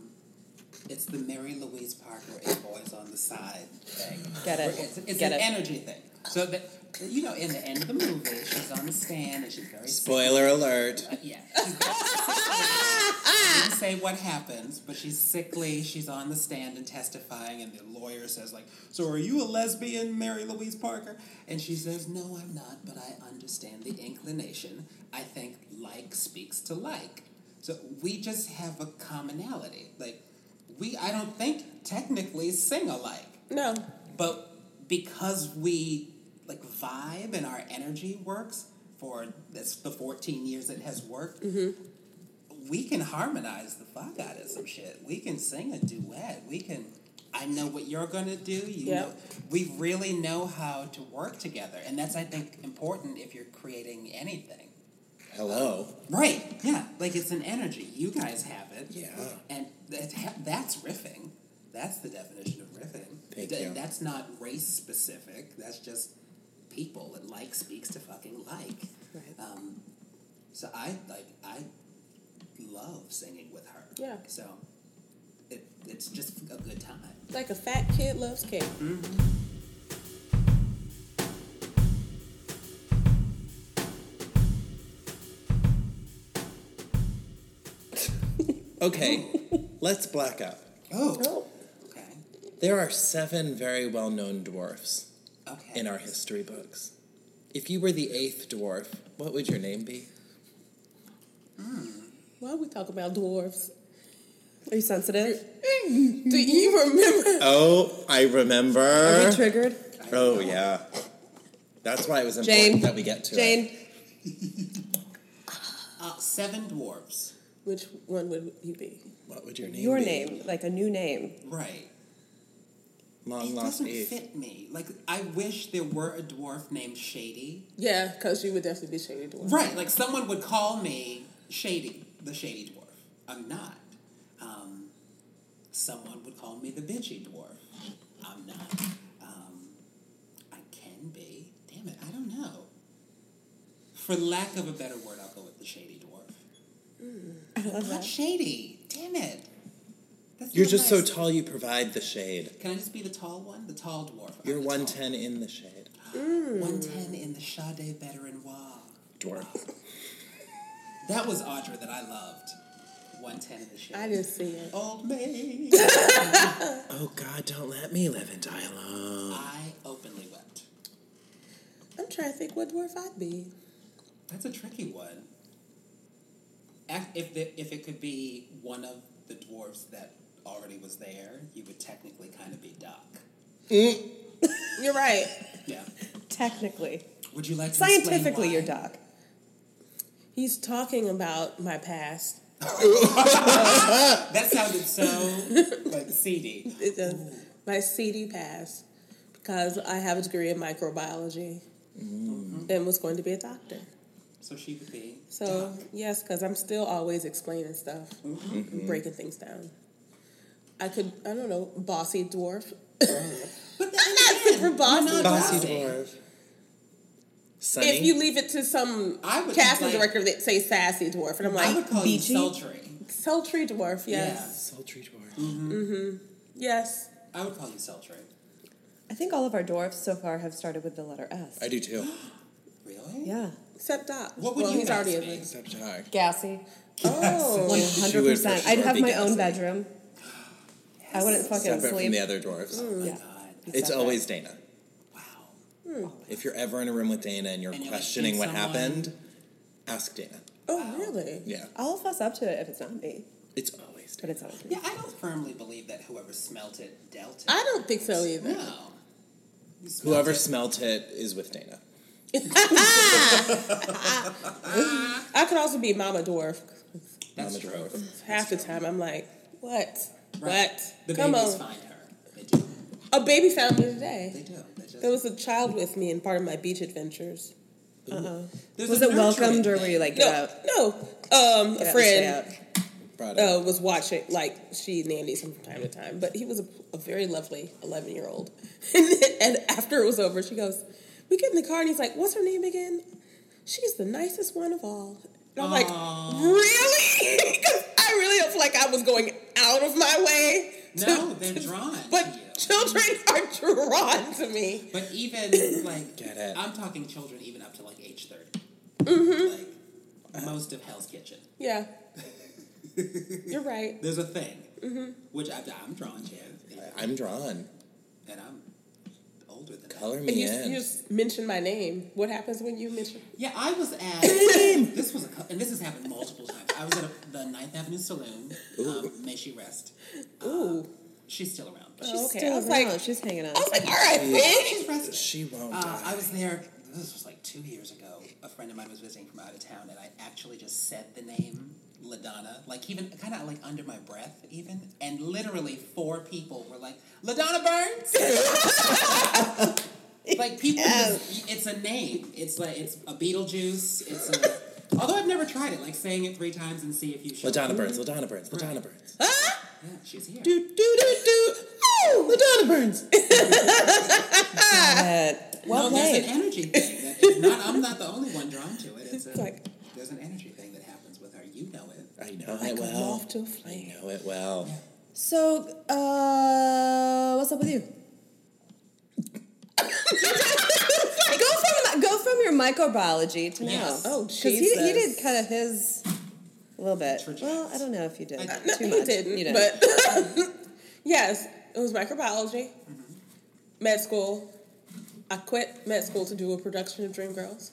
Speaker 4: it's the Mary Louise Parker and boys on the side thing.
Speaker 10: Get it.
Speaker 4: Where It's, it's
Speaker 10: Get
Speaker 4: an
Speaker 10: it.
Speaker 4: energy thing. So that you know, in the end of the movie, she's on the stand and she's very
Speaker 5: Spoiler alert.
Speaker 4: sick. Uh, Yeah. she's very sickly. I didn't say what happens, but she's sickly. She's on the stand and testifying, and the lawyer says, "Like, so are you a lesbian, Mary Louise Parker?" And she says, "No, I'm not, but I understand the inclination. I think like speaks to like. So we just have a commonality. Like, we I don't think technically sing alike,
Speaker 2: no.
Speaker 4: but because we like vibe and our energy works for this, the 14 years it has worked, we can harmonize the fuck out of some shit. We can sing a duet. We can. I know what you're gonna do. You
Speaker 2: Yeah.
Speaker 4: know, we really know how to work together, and that's I think important if you're creating anything.
Speaker 5: Hello.
Speaker 4: Right? Yeah. Like it's an energy. You guys have it.
Speaker 5: Yeah.
Speaker 4: And that, that's riffing. That's the definition of riffing.
Speaker 5: Thank
Speaker 4: Th-
Speaker 5: you.
Speaker 4: That's not race specific. That's just people. And like speaks to fucking like.
Speaker 10: Right.
Speaker 4: Um, so I like I love singing with her.
Speaker 2: Yeah.
Speaker 4: So it, it's just a good time.
Speaker 2: Like a fat kid loves cake.
Speaker 5: Okay, let's black out.
Speaker 4: Oh.
Speaker 2: Oh.
Speaker 4: Okay.
Speaker 5: There are seven very well known dwarfs
Speaker 4: Okay.
Speaker 5: in our history books. If you were the eighth dwarf, what would your name be?
Speaker 2: Why are we talking about dwarves?
Speaker 10: Are you sensitive?
Speaker 2: Do you remember?
Speaker 5: Oh, I
Speaker 10: Are
Speaker 5: remember.
Speaker 10: we triggered?
Speaker 5: oh, yeah. That's why it was important
Speaker 10: Jane.
Speaker 5: that we get to it.
Speaker 10: Jane,
Speaker 4: Uh, seven dwarves.
Speaker 2: Which one would he be?
Speaker 5: What would your name
Speaker 10: your
Speaker 5: be?
Speaker 10: name, like a new name.
Speaker 4: Right.
Speaker 5: Long
Speaker 4: It
Speaker 5: lost
Speaker 4: doesn't
Speaker 5: eighth.
Speaker 4: fit me. Like I wish there were a dwarf named Shady.
Speaker 2: Yeah, because you would definitely be Shady Dwarf.
Speaker 4: Right, like someone would call me Shady, the Shady Dwarf. I'm not. Um, Someone would call me the bitchy dwarf. I'm not. Um, I can be. Damn it, I don't know. For lack of a better word, I'll go with the shady dwarf. I love that. shady. Damn it. That's
Speaker 5: You're
Speaker 4: not
Speaker 5: just so
Speaker 4: nice.
Speaker 5: tall, you provide the shade.
Speaker 4: Can I just be the tall one? The tall dwarf.
Speaker 5: You're 110 in the shade.
Speaker 4: 110 in the Sade Veteran Noir.
Speaker 5: Dwarf.
Speaker 4: That was Audra that I loved. 110 in the shade. I
Speaker 2: didn't see it.
Speaker 4: Old maid.
Speaker 5: Oh God, don't let me live in dialogue.
Speaker 4: I openly wept.
Speaker 2: I'm trying to think what dwarf I'd be.
Speaker 4: That's a tricky one. Ac- If, the, if it could be one of the dwarves that already was there, you would technically kind of be Doc.
Speaker 2: You're right.
Speaker 4: Yeah.
Speaker 2: Technically.
Speaker 4: Would you like to explain
Speaker 2: Scientifically,
Speaker 4: why?
Speaker 2: your dog. He's talking about my past.
Speaker 4: that sounded so like seedy.
Speaker 2: It does. My CD past because I have a degree in microbiology and was going to be a doctor.
Speaker 4: So she would be.
Speaker 2: So yes, because I'm still always explaining stuff, and breaking things down. I could, I don't know, bossy dwarf. but not super bossy.
Speaker 4: not
Speaker 5: Bossy dwarf. Sunny.
Speaker 2: If you leave it to some
Speaker 4: would
Speaker 2: casting
Speaker 4: like-
Speaker 2: director that say sassy dwarf, and I'm like,
Speaker 4: I would call you
Speaker 2: "Beachy?"
Speaker 4: sultry.
Speaker 2: Sultry dwarf,
Speaker 4: Yeah, Mm.
Speaker 2: yes.
Speaker 5: sultry dwarf.
Speaker 2: Mm-hmm. Yes.
Speaker 4: I would call you sultry.
Speaker 10: I think all of our dwarfs so far have started with the letter S.
Speaker 5: I do too.
Speaker 4: Really?
Speaker 10: Yeah.
Speaker 2: Except Doc.
Speaker 4: What would
Speaker 2: well,
Speaker 4: you
Speaker 2: he's already
Speaker 4: ask
Speaker 2: a
Speaker 4: me?
Speaker 5: Except Doc.
Speaker 10: Gassy.
Speaker 2: Oh.
Speaker 10: One
Speaker 5: She
Speaker 10: hundred
Speaker 5: would for
Speaker 10: percent. I'd
Speaker 5: sure
Speaker 10: have
Speaker 5: be
Speaker 10: my own
Speaker 5: gassy.
Speaker 10: bedroom. I wouldn't fucking
Speaker 5: Separate
Speaker 10: sleep.
Speaker 5: from the other dwarves.
Speaker 10: Mm. Yeah.
Speaker 5: It's
Speaker 10: Separate.
Speaker 5: always Dana. If you're ever in a room with Dana and you're
Speaker 4: And you're like,
Speaker 5: questioning
Speaker 4: "Did
Speaker 5: what
Speaker 4: someone-"
Speaker 5: happened, ask Dana.
Speaker 2: Oh, really?
Speaker 5: Yeah.
Speaker 10: I'll fess up to it if it's not me.
Speaker 5: It's always
Speaker 10: But it's always me.
Speaker 4: Yeah, I don't firmly believe that whoever smelt it dealt it.
Speaker 2: I don't think so either.
Speaker 4: No. You smelt
Speaker 5: whoever
Speaker 4: it.
Speaker 5: smelt it is with Dana.
Speaker 2: I could also be Mama Dwarf.
Speaker 4: That's
Speaker 5: Mama
Speaker 4: true.
Speaker 5: dwarf.
Speaker 2: Half the time I'm like, what?
Speaker 4: Right.
Speaker 2: What?
Speaker 4: The
Speaker 2: Come
Speaker 4: babies
Speaker 2: on.
Speaker 4: find her. They do.
Speaker 2: A baby found me today.
Speaker 4: They do. They just,
Speaker 2: There was a child with me in part of my beach adventures.
Speaker 4: There's
Speaker 10: Was
Speaker 4: a
Speaker 10: it welcomed or
Speaker 4: nurturing
Speaker 10: were you like, get
Speaker 2: No,
Speaker 10: out?
Speaker 2: no. Um, a
Speaker 10: Get out
Speaker 2: friend
Speaker 10: and
Speaker 5: Brought
Speaker 2: uh,
Speaker 5: up.
Speaker 2: was watching, like she nannies him from time to time, but he was a, a very lovely eleven year old. And, then, and after it was over, she goes, "We get in the car," and he's like, "What's her name again?" She's the nicest one of all. And I'm like, really? Because I really don't feel like I was going out of my way. to-
Speaker 4: No, they're drawn.
Speaker 2: oh. but childstay. children are drawn to me.
Speaker 4: But even like,
Speaker 5: Get it.
Speaker 4: I'm talking children even up to like age 30. Like most of Hell's Kitchen.
Speaker 2: Yeah, you're right.
Speaker 4: There's a thing which I, I'm drawn to,
Speaker 5: I'm drawn.
Speaker 4: and I'm older than
Speaker 5: Color
Speaker 2: And
Speaker 5: me
Speaker 2: you,
Speaker 5: in.
Speaker 2: you just mentioned my name. What happens when you mention?
Speaker 4: Yeah, I was at this was a cou- and this has happened multiple times. I was at a, the Ninth Avenue Saloon. Um, may she rest.
Speaker 2: Ooh.
Speaker 4: She's still around. but
Speaker 10: She's
Speaker 2: Oh, okay.
Speaker 10: still
Speaker 2: I was
Speaker 10: around.
Speaker 2: like-
Speaker 10: she's hanging out.
Speaker 2: I was like, all right, bitch.
Speaker 4: She's resting.
Speaker 5: She won't
Speaker 4: Uh,
Speaker 5: die.
Speaker 4: I was there. This was like two years ago. A friend of mine was visiting from out of town, and I actually just said the name Ladonna, like even kind of like under my breath, even. And literally four people were like, "Ladonna Burns." like people, just, it's a name. It's like it's a Beetlejuice. It's a. Although I've never tried it, like saying it three times and see if you. show
Speaker 5: LaDonna
Speaker 4: up.
Speaker 5: Burns, LaDonna Burns, LaDonna Burns.
Speaker 4: Yeah, she's here.
Speaker 2: Do do do do. Oh, Madonna Burns.
Speaker 4: no, there's an energy thing. That is not, I'm not the only one drawn to it. It's, a,
Speaker 2: like-
Speaker 4: there's an energy thing that happens with her. You know it.
Speaker 5: I know it well.
Speaker 2: moth to a
Speaker 5: I
Speaker 2: flame.
Speaker 5: know it well.
Speaker 10: So, uh, what's up with you? go from go from your microbiology to now.
Speaker 4: Yes.
Speaker 10: Oh, he,
Speaker 2: Jesus.
Speaker 10: he did kind of his a little bit.
Speaker 4: Trajects.
Speaker 10: Well, I don't know if you did
Speaker 4: I-
Speaker 2: No,
Speaker 10: too
Speaker 2: he
Speaker 10: much.
Speaker 2: didn't.
Speaker 10: You didn't.
Speaker 2: But Um, Mm-hmm. yes, it was microbiology, med school. I quit med school to do a production of Dreamgirls.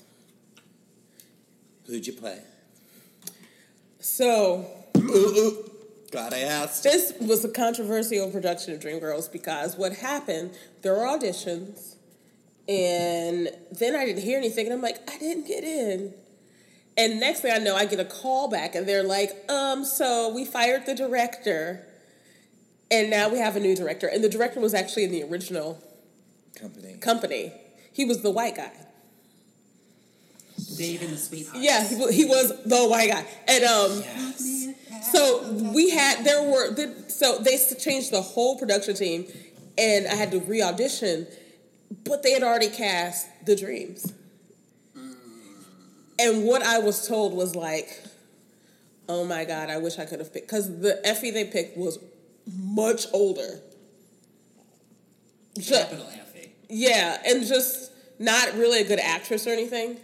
Speaker 5: Who'd you play?
Speaker 2: So
Speaker 4: Mm-hmm.
Speaker 5: Glad I asked.
Speaker 2: this was a controversial production of Dreamgirls because what happened? There were auditions, and then I didn't hear anything, and I'm like, I didn't get in. And next thing I know, I get a call back, and they're like, um, so we fired the director, and now we have a new director. And the director was actually in the original
Speaker 5: Company.
Speaker 2: company. He was the white guy.
Speaker 4: Dave and the Sweethearts.
Speaker 2: Yeah, he, wa- he was the white guy, and um, so we had there were the, so they s- changed the whole production team, and I had to re audition, but they had already cast the dreams, and what I was told was like, oh my god, I wish I could have picked because the Effie they picked was much older. Ju- Yeah, and just not really a good actress or anything,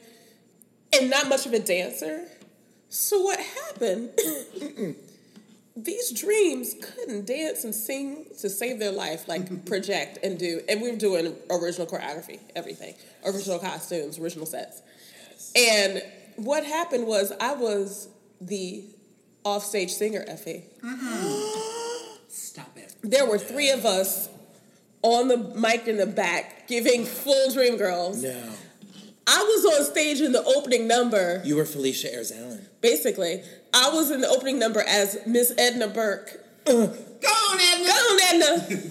Speaker 2: and not much of a dancer. So what happened? These dreams couldn't dance and sing to save their life, like project and do. And we were doing original choreography, everything, original costumes, original sets. And what happened was I was the offstage singer, Effie.
Speaker 4: Stop it.
Speaker 2: There were three of us on the mic in the back giving full dream girls.
Speaker 5: No.
Speaker 2: I was on stage in the opening number.
Speaker 5: You were Felicia Ayres Allen.
Speaker 2: Basically, I was in the opening number as Miss Edna Burke. Uh. Go on, Edna. Go on, Edna.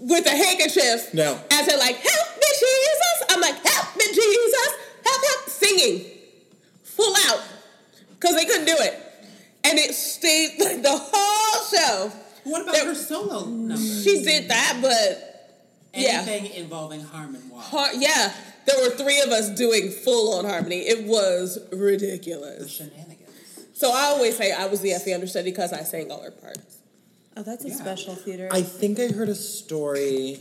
Speaker 2: With a handkerchief.
Speaker 5: No.
Speaker 2: As they're like, help me, Jesus. I'm like, help me, Jesus. Help, help. Singing. Full out. Because they couldn't do it. And it stayed like the whole show.
Speaker 4: What about her solo
Speaker 10: Mm,
Speaker 4: numbers?
Speaker 2: She did that, but yeah.
Speaker 4: Anything involving Harmon Walker.
Speaker 2: Har- yeah, there were three of us doing full on harmony. It was ridiculous. So I always say I was the Effie understudy because I sang all her parts.
Speaker 10: Oh, that's a special theater.
Speaker 5: I think I heard a story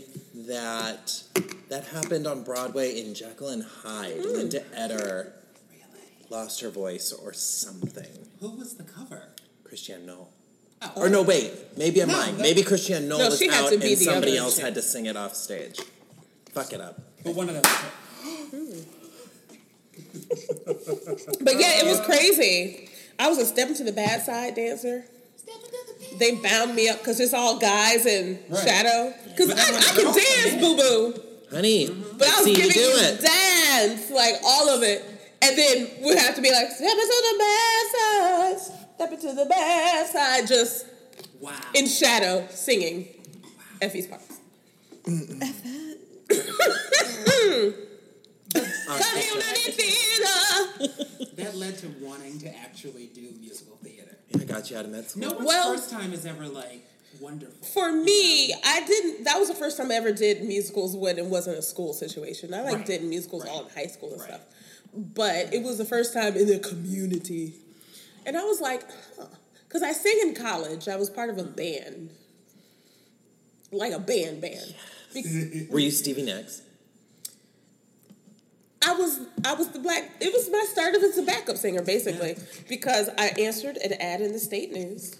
Speaker 5: that that happened on Broadway in Jekyll and Hyde.
Speaker 4: Hmm.
Speaker 5: Linda Eder lost her voice or something.
Speaker 4: Who was the cover?
Speaker 5: Christiane Knoll. Or no, wait. Maybe I'm lying. Maybe Christiane Knoll
Speaker 4: Oh. No,
Speaker 5: was
Speaker 4: she had
Speaker 5: out
Speaker 4: to be
Speaker 5: and
Speaker 4: the
Speaker 5: somebody
Speaker 4: other
Speaker 5: else
Speaker 4: chick.
Speaker 5: had to sing it off stage. Fuck it up.
Speaker 4: But one of them.
Speaker 2: But yeah, it was crazy. I was a step into the bad side dancer. They bound me up because it's all guys and
Speaker 5: Right.
Speaker 2: shadow. Because I, I could dance, boo boo.
Speaker 5: Honey,
Speaker 4: Mm-hmm.
Speaker 2: But I was
Speaker 5: see you
Speaker 2: giving
Speaker 5: do
Speaker 2: you
Speaker 5: it.
Speaker 2: dance, like all of it. And then we have to be like, step into the bad side, step into the bad side, just
Speaker 4: wow.
Speaker 2: in shadow singing Effie's parts.
Speaker 4: that led to wanting to actually do musical theater.
Speaker 5: I got you out of med school.
Speaker 4: No one's
Speaker 2: Well-
Speaker 4: first time is ever like wonderful.
Speaker 2: For me, I didn't. That was the first time I ever did musicals when it wasn't a school situation. I like did musicals all in high school and stuff, but it was the first time in the community, and I was like, huh, because I sing in college. I was part of a band, like a band band. Be-
Speaker 5: Were you Stevie Nicks?
Speaker 2: I was I was the black. It was my start of as a backup singer basically because I answered an ad in the state news.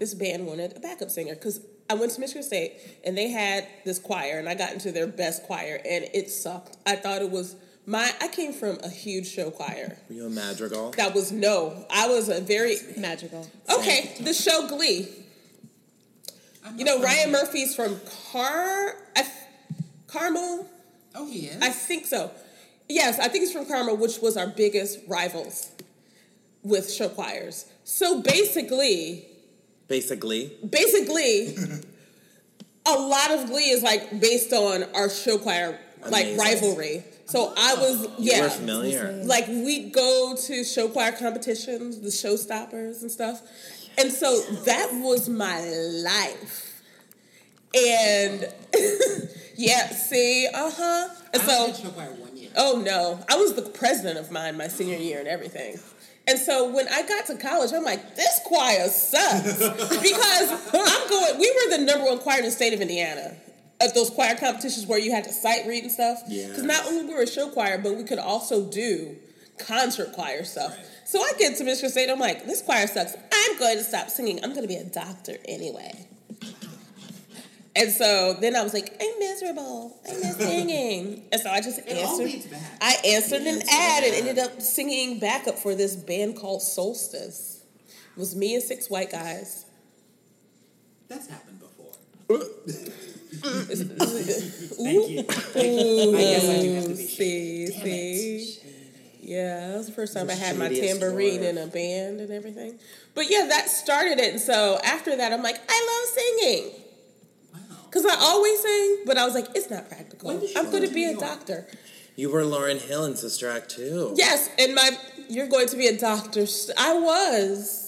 Speaker 2: This band wanted a backup singer because I went to Michigan State and they had this choir and I got into their best choir and it sucked. I thought it was my. I came from a huge show choir.
Speaker 5: Were you a madrigal?
Speaker 2: That was no. I was a very
Speaker 10: magical.
Speaker 2: Okay, the show Glee. You know Ryan Murphy's from Car. I, f- Carmel.
Speaker 4: Oh, he is.
Speaker 2: I think so. Yes, I think it's from Karma, which was our biggest rivals with show choirs. So basically,
Speaker 5: Basically.
Speaker 2: basically, a lot of Glee is like based on our show choir like
Speaker 5: Amazing.
Speaker 2: rivalry. So I was
Speaker 5: You
Speaker 2: yeah
Speaker 5: were familiar.
Speaker 2: like we go to show choir competitions, the showstoppers and stuff. And so that was my life. And yeah, see, uh-huh. And so Oh no. I was the president of mine my senior year and everything. And so when I got to college, I'm like, this choir sucks. because I'm going we were the number one choir in the state of Indiana. At those choir competitions where you had to sight read and stuff.
Speaker 5: Yes.
Speaker 2: Because not only we were a show choir, but we could also do concert choir stuff. So I get to Michigan State, I'm like, this choir sucks. I'm going to stop singing. I'm going to be a doctor anyway. And so then I was like, I'm miserable. I'm not singing. and so I just answered. I answered an ad and ended up singing backup for this band called Solstice. It was me and six white guys.
Speaker 4: That's happened before.
Speaker 2: Thank
Speaker 4: you.
Speaker 2: Ooh,
Speaker 4: I guess I do have to be
Speaker 2: see, see. Yeah, that was the first time I had my
Speaker 4: Shadiest
Speaker 2: tambourine
Speaker 4: dwarf.
Speaker 2: in a band and everything. But yeah, that started it. And so after that, I'm like, I love singing. Because I always sing, but I was like, it's not practical. I'm going to be a doctor.
Speaker 5: You were Lauren Hill in Sister Act 2.
Speaker 2: Yes, and my you're going to be a doctor. I was.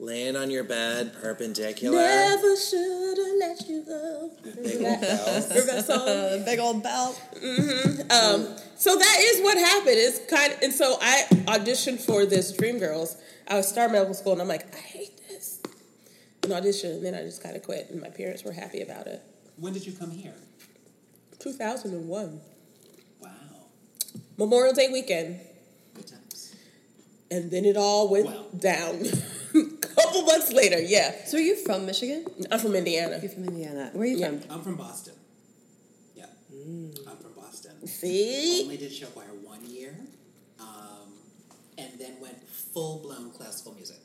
Speaker 5: Laying on your bed, perpendicular.
Speaker 2: Never should have let you go.
Speaker 5: Big old bells.
Speaker 2: Remember that song?
Speaker 10: Big old bell.
Speaker 2: hmm Um, so that is what happened. It's kind and so I auditioned for this Dreamgirls. I was star medical school, and I'm like, I hate this. An audition, and then I just kind of quit, and my parents were happy about it.
Speaker 4: When did you come here?
Speaker 2: 2001.
Speaker 4: Wow.
Speaker 2: Memorial Day weekend. And then it all went down. Couple months later, yeah.
Speaker 10: So are you from Michigan?
Speaker 2: I'm from Indiana.
Speaker 10: You're from Indiana. Where are you from?
Speaker 4: I'm from Boston. Yeah. I'm from Boston.
Speaker 2: See?
Speaker 4: Only did show choir one year, um, and then went full blown classical music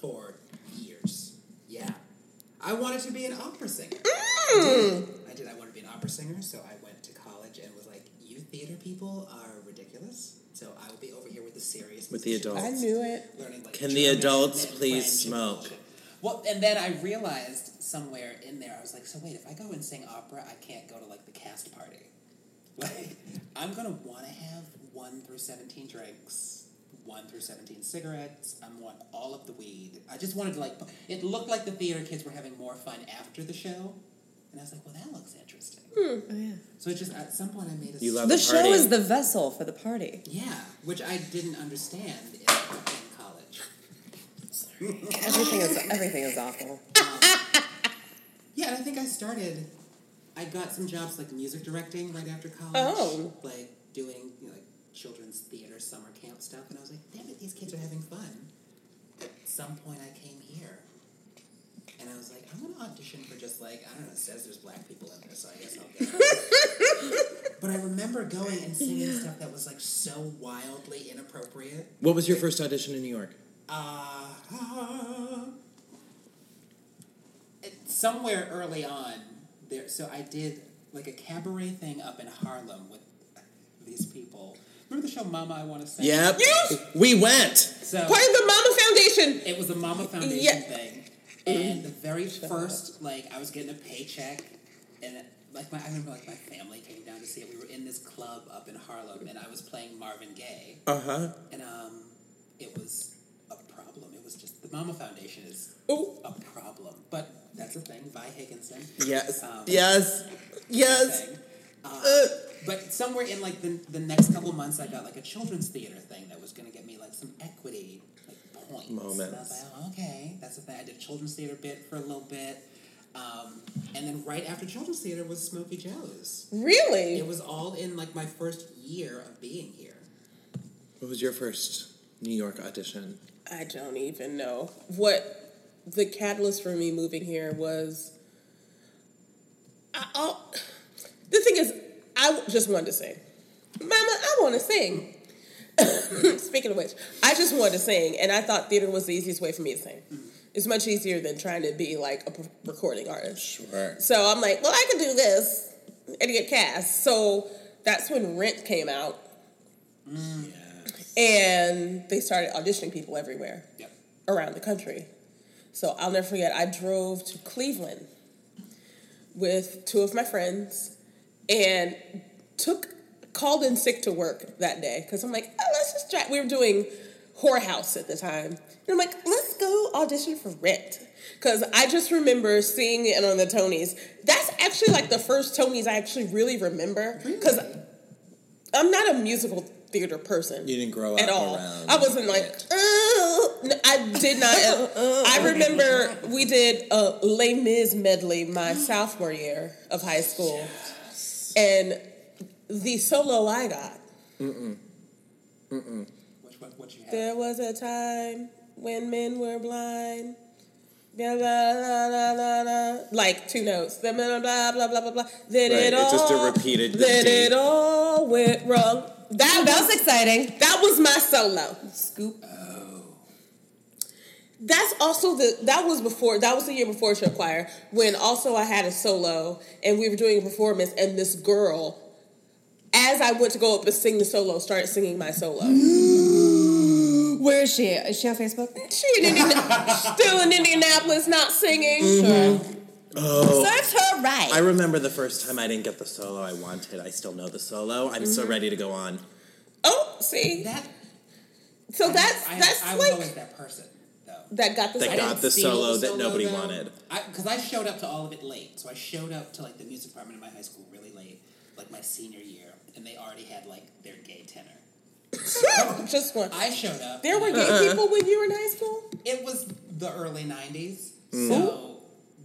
Speaker 4: for years. Yeah. I wanted to be an opera singer. I, did. I did. I wanted to be an opera singer, so I went to college and was like, you theater people are ridiculous. So I will be over here with the serious
Speaker 5: With the
Speaker 4: musicians."
Speaker 5: adults. I
Speaker 2: knew it.
Speaker 4: Learning like
Speaker 5: Can the
Speaker 4: German
Speaker 5: adults
Speaker 4: and
Speaker 5: please
Speaker 4: French and
Speaker 5: smoke?
Speaker 4: bullshit. Well, and then I realized somewhere in there, I was like, so wait, if I go and sing opera, I can't go to like the cast party. Like, I'm gonna want to have one through seventeen drinks, one through seventeen cigarettes. I want all of the weed. I just wanted to like. It looked like the theater kids were having more fun after the show, and I was like, well, that looks interesting.
Speaker 2: Hmm.
Speaker 10: Oh, yeah.
Speaker 4: So it just at some point I made a.
Speaker 5: You love
Speaker 10: the
Speaker 5: the
Speaker 10: show
Speaker 5: party.
Speaker 10: is the vessel for the party.
Speaker 4: Yeah, which I didn't understand in, in college.
Speaker 10: Everything is everything is awful.
Speaker 4: Yeah, and I think I started. I got some jobs like music directing right after college.
Speaker 2: Oh.
Speaker 4: like doing you know, like children's theater summer camp stuff, and I was like, damn it, these kids are having fun. At some point, I came here, and I was like, I'm gonna audition for just like I don't know. It says there's black people in there, so I guess I'll get. it. but I remember going and singing stuff that was like so wildly inappropriate.
Speaker 5: What was your first audition in New York?
Speaker 4: Uh, Uh-huh. it- somewhere early on, there. So I did like a cabaret thing up in Harlem with these people. Remember the show Mama? I want to say.
Speaker 5: Yep. We went.
Speaker 4: So
Speaker 2: Part of the Mama Foundation.
Speaker 4: It was the Mama Foundation
Speaker 2: Yeah.
Speaker 4: thing, and the very first, like, I was getting a paycheck, and it- like my, I remember like my family came down to see it. We were in this club up in Harlem, and I was playing Marvin Gaye.
Speaker 5: Uh huh.
Speaker 4: And um, it was a problem. It was just the Mama Foundation is a problem, but that's a thing. Vi Higginson.
Speaker 5: Yes.
Speaker 4: Um,
Speaker 5: yes. Yes.
Speaker 4: thing. Uh, but somewhere in like the, the next couple months, I got like a children's theater thing that was going to get me like some equity like points. And I was
Speaker 5: Moments.
Speaker 4: like, oh, okay, that's the thing. I did children's theater bit for a little bit. Um, and then right after children's theater was Smokey Joe's.
Speaker 2: Really?
Speaker 4: It was all in like my first year of being here.
Speaker 5: What was your first New York audition?
Speaker 2: I don't even know what the catalyst for me moving here was. I, all, the thing is, I just wanted to sing. Mama, I want to sing. Speaking of which, I just wanted to sing, and I thought theater was the easiest way for me to sing. It's much easier than trying to be like a p- recording artist.
Speaker 5: Sure.
Speaker 2: So I'm like, well, I can do this and get cast. So that's when Rent came out. And they started auditioning people everywhere around the country. So I'll never forget, I drove to Cleveland with two of my friends and took called in sick to work that day because I'm like, oh, let's just try. We were doing Whorehouse at the time. And I'm like, let's go audition for Rent. Because I just remember seeing it on the Tonys. That's actually like the first Tonys I actually really remember. Because I'm not a musical theater person
Speaker 5: You didn't grow up
Speaker 2: at all.
Speaker 5: around.
Speaker 2: I wasn't like, "Oh." No, I did not. I remember we did a Les Mis medley my sophomore year of high school, and the solo I got.
Speaker 5: Mm-mm. Mm-mm.
Speaker 2: There was a time when men were blind. Blah, blah, blah, blah, blah, blah. Like two notes. Then Blah blah blah blah blah. blah. Then
Speaker 5: Right,
Speaker 2: it all.
Speaker 5: it's just a repeated
Speaker 2: Then
Speaker 5: beat.
Speaker 2: it all went wrong. That, that was exciting. That was my solo scoop. That's also the that was before that was the year before show choir when also I had a solo and we were doing a performance and this girl, as I went to go up and sing the solo, started singing my solo.
Speaker 10: Where is she? Is she on Facebook? Mm-hmm.
Speaker 2: She in Indiana- still in Indianapolis, not singing.
Speaker 5: Oh.
Speaker 11: Serves her right.
Speaker 5: I remember the first time I didn't get the solo I wanted. I still know the solo. I'm so
Speaker 2: Mhm.
Speaker 5: ready to go on.
Speaker 2: Oh, see that. So that's that's
Speaker 4: I, I was
Speaker 2: like
Speaker 4: always that person.
Speaker 2: that got the
Speaker 5: That
Speaker 2: solo.
Speaker 5: got the solo that nobody wanted.
Speaker 4: Because I, showed up to all of it late. So I showed up to like the music department in my high school really late, like my senior year, and they already had like their gay tenor.
Speaker 2: Just one.
Speaker 4: I showed up.
Speaker 2: There were gay
Speaker 10: Uh-huh.
Speaker 2: people when you were in high school.
Speaker 4: It was the early '90s,
Speaker 2: Mm.
Speaker 4: so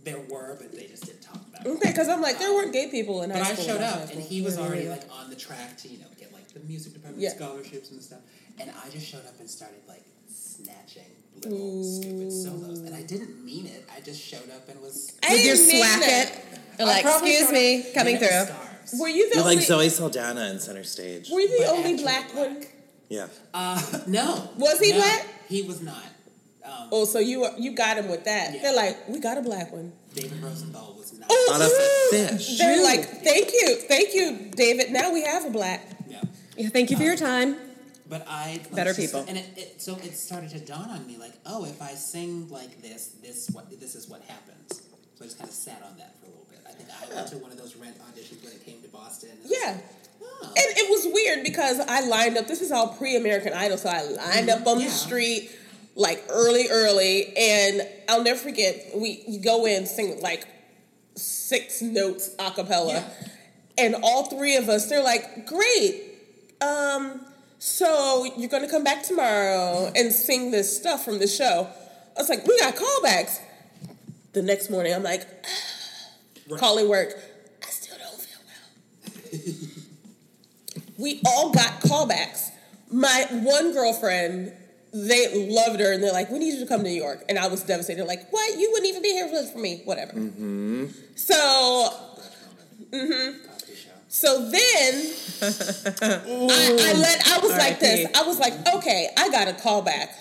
Speaker 4: there were, but they just didn't talk about it.
Speaker 2: Okay, because I'm like there weren't gay people in
Speaker 4: But
Speaker 2: high
Speaker 4: I
Speaker 2: school.
Speaker 4: showed
Speaker 2: when was in
Speaker 4: up,
Speaker 2: high
Speaker 4: and
Speaker 2: school.
Speaker 4: he was
Speaker 2: Yeah,
Speaker 4: already
Speaker 2: yeah.
Speaker 4: like on the track to you know get like the music department
Speaker 2: Yeah.
Speaker 4: scholarships and stuff. And I just showed up and started like snatching little stupid solos, and I didn't mean it. I just showed up and was
Speaker 10: I With your didn't mean slack it.
Speaker 4: I
Speaker 10: Like,
Speaker 4: probably
Speaker 10: excuse
Speaker 4: showed
Speaker 10: me,
Speaker 4: up
Speaker 10: coming
Speaker 4: in a
Speaker 10: through.
Speaker 4: scarf.
Speaker 2: Were you the
Speaker 5: You're
Speaker 2: only?
Speaker 5: like Zoe Saldana in center stage.
Speaker 2: were you the only black one?
Speaker 5: Yeah.
Speaker 4: Uh, no.
Speaker 2: Was he
Speaker 4: No,
Speaker 2: black?
Speaker 4: He was not. Um,
Speaker 2: Oh, so you were- you got him with that? They're like, we got a black one.
Speaker 4: David Rosenthal was not.
Speaker 5: Oh, that's a fish.
Speaker 2: They're like, thank you, thank you, David. Now we have a black.
Speaker 4: Yeah.
Speaker 10: Yeah, thank you for your time.
Speaker 4: But I like,
Speaker 10: Better
Speaker 4: just-
Speaker 10: people.
Speaker 4: and it, it, so it started to dawn on me like, oh, if I sing like this, this what this is what happens. So I just kind of sat on that for a little bit. I think I went to one of those rent auditions when it came to Boston. and
Speaker 2: Yeah. And it was weird because I lined up. This is all pre-American Idol, so I lined up on the street like early, early, and I'll never forget. We you go in sing like six notes a cappella, and all three of us. They're like, "Great, um, so you're going to come back tomorrow and sing this stuff from the show." I was like, "We got callbacks." The next morning, I'm like, "Ah, calling work. I still don't feel well. we all got callbacks. My one girlfriend, they loved her and they're like, we need you to come to New York. And I was devastated. Like, what? You wouldn't even be here for- for me. Whatever.
Speaker 5: Mm-hmm.
Speaker 2: So, mhm. So then I, I let I was like this. I was like, okay, I got a call back.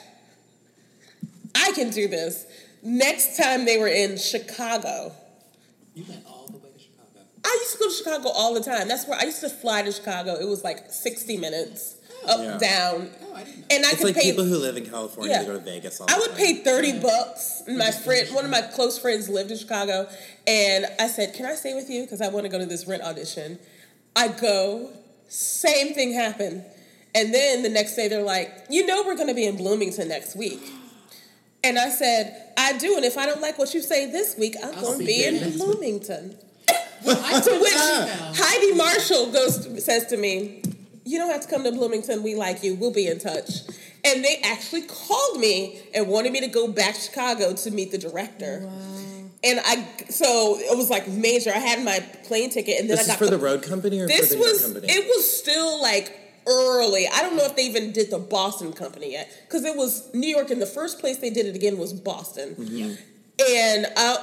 Speaker 2: I can do this. Next time they were in Chicago.
Speaker 4: You went all the way to Chicago.
Speaker 2: I used to go to Chicago all the time. That's where I used to fly to Chicago. It was like sixty minutes up
Speaker 5: Yeah.
Speaker 2: down, and I
Speaker 5: it's
Speaker 2: could
Speaker 5: like
Speaker 2: pay.
Speaker 5: people who live in California
Speaker 2: Yeah.
Speaker 5: to go to Vegas all
Speaker 2: I
Speaker 5: the
Speaker 2: would
Speaker 5: time.
Speaker 2: pay thirty bucks. And My friend, one of my close friends, lived in Chicago, and I said, "Can I stay with you? Because I want to go to this rent audition." I go. Same thing happened, and then the next day they're like, "You know, we're going to be in Bloomington next week." And I said, "I do, and if I don't like what you say this week, I'm going to
Speaker 4: see
Speaker 2: be
Speaker 4: you
Speaker 2: in
Speaker 4: next
Speaker 2: Bloomington."
Speaker 4: I
Speaker 2: to which Heidi Marshall goes says to me, "You don't have to come to Bloomington. We like you. We'll be in touch." And they actually called me and wanted me to go back to Chicago to meet the director. And I so it was like major. I had my plane ticket, and then
Speaker 5: This
Speaker 2: I got
Speaker 5: is for the road company or
Speaker 2: this
Speaker 5: for the
Speaker 2: was
Speaker 5: New York company?
Speaker 2: it was still like early. I don't know if they even did the Boston company yet because it was New York, and the first place they did it again was Boston
Speaker 5: Mm-hmm.
Speaker 2: and uh,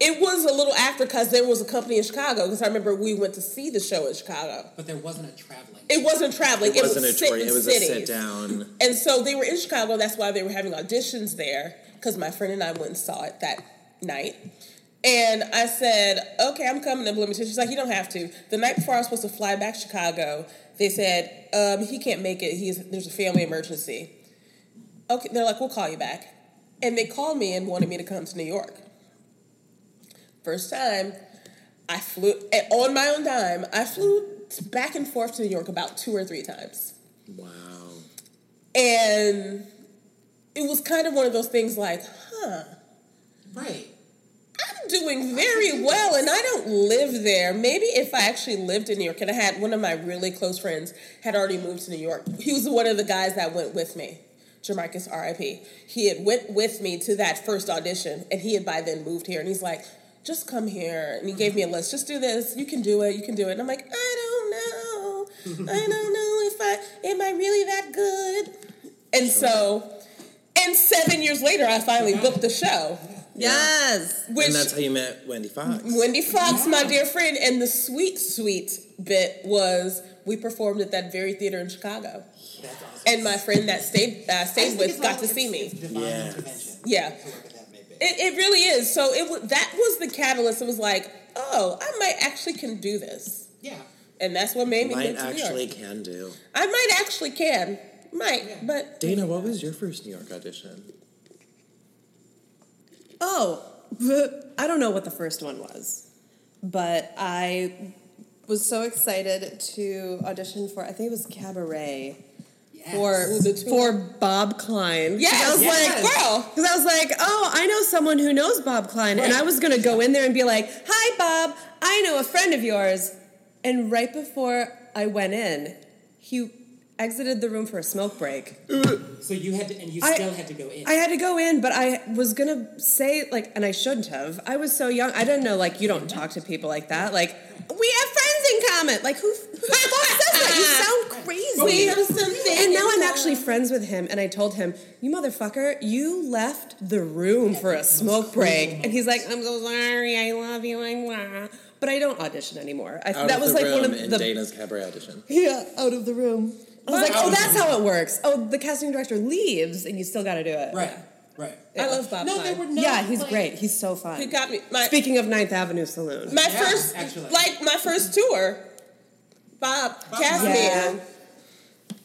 Speaker 2: it was a little after because there was a company in Chicago. Because I remember we went to see the show in Chicago.
Speaker 4: But there wasn't a traveling.
Speaker 2: It wasn't traveling. It,
Speaker 5: It wasn't
Speaker 2: was
Speaker 5: a tour.
Speaker 2: sit in
Speaker 5: It was
Speaker 2: cities.
Speaker 5: a sit down.
Speaker 2: And so they were in Chicago. That's why they were having auditions there. Because my friend and I went and saw it that night. And I said, okay, I'm coming to Bloomington. She's like, you don't have to. The night before I was supposed to fly back to Chicago, they said, um, he can't make it. He's, there's a family emergency. Okay, they're like, we'll call you back. And they called me and wanted me to come to New York. First time, I flew, and on my own dime, I flew back and forth to New York about two or three times.
Speaker 5: Wow.
Speaker 2: And it was kind of one of those things like, huh,
Speaker 4: right.
Speaker 2: I'm doing very well and I don't live there. Maybe if I actually lived in New York, and I had one of my really close friends had already moved to New York. He was one of the guys that went with me. Jamarcus RIP. He had went with me to that first audition and he had by then moved here and he's like, just come here. And he gave me a list. Just do this. You can do it. You can do it. And I'm like, I don't know. I don't know if I am I really that good. And so and seven years later I finally booked the show. Yes. Which
Speaker 5: and that's how you met Wendy Fox.
Speaker 2: Wendy Fox, my dear friend, and the sweet, sweet bit was we performed at that very theater in Chicago. And my friend that stayed uh, stayed with got to see me.
Speaker 5: Yeah.
Speaker 2: Yeah, it, it really is. So it was, that was the catalyst. It was like, oh, I might actually can do this.
Speaker 4: Yeah,
Speaker 2: and that's what made me
Speaker 5: Might
Speaker 2: move to New
Speaker 5: actually
Speaker 2: York.
Speaker 5: can do.
Speaker 2: I might actually can, might, but
Speaker 5: Dana, what was your first New York audition?
Speaker 10: Oh, I don't know what the first one was, but I was so excited to audition for. I think it was Cabaret. For
Speaker 2: Ooh, the two-
Speaker 10: for Bob Klein, 'Cause
Speaker 2: Yes,
Speaker 10: I was
Speaker 2: yes.
Speaker 10: like,
Speaker 2: Girl.
Speaker 10: because I was like, oh, I know someone who knows Bob Klein, and I was gonna go in there and be like, hi, Bob, I know a friend of yours, and right before I went in, he exited the room for a smoke break.
Speaker 4: So you had to, and you
Speaker 10: I-
Speaker 4: still had to go in.
Speaker 10: I had to go in, but I was gonna say like, and I shouldn't have. I was so young. I didn't know like you don't talk to people like that. Like we have friends in common. Like who, who the fuck says that? You sound crazy.
Speaker 2: Well, we have something
Speaker 10: And now
Speaker 2: in
Speaker 10: I'm
Speaker 2: common.
Speaker 10: actually friends with him, and I told him, "You motherfucker, you left the room for a smoke break," and he's like, "I'm so sorry. I love you. I'm." Blah. But I don't audition anymore. I,
Speaker 5: Out
Speaker 10: that
Speaker 5: of
Speaker 10: was
Speaker 5: the
Speaker 10: like
Speaker 5: room
Speaker 10: one of
Speaker 5: in
Speaker 10: the
Speaker 5: Dana's cabaret audition.
Speaker 10: yeah, out of the room. I was like, oh, that's how it works. Oh, the casting director leaves, and you still got to do it. Right,
Speaker 4: right.
Speaker 2: I love Bob Klein.
Speaker 10: yeah, he's great. He's so fun.
Speaker 2: He got me. My,
Speaker 10: Speaking of Ninth Avenue Saloon,
Speaker 2: my first, like my first tour, Bob cast me.
Speaker 10: Yeah.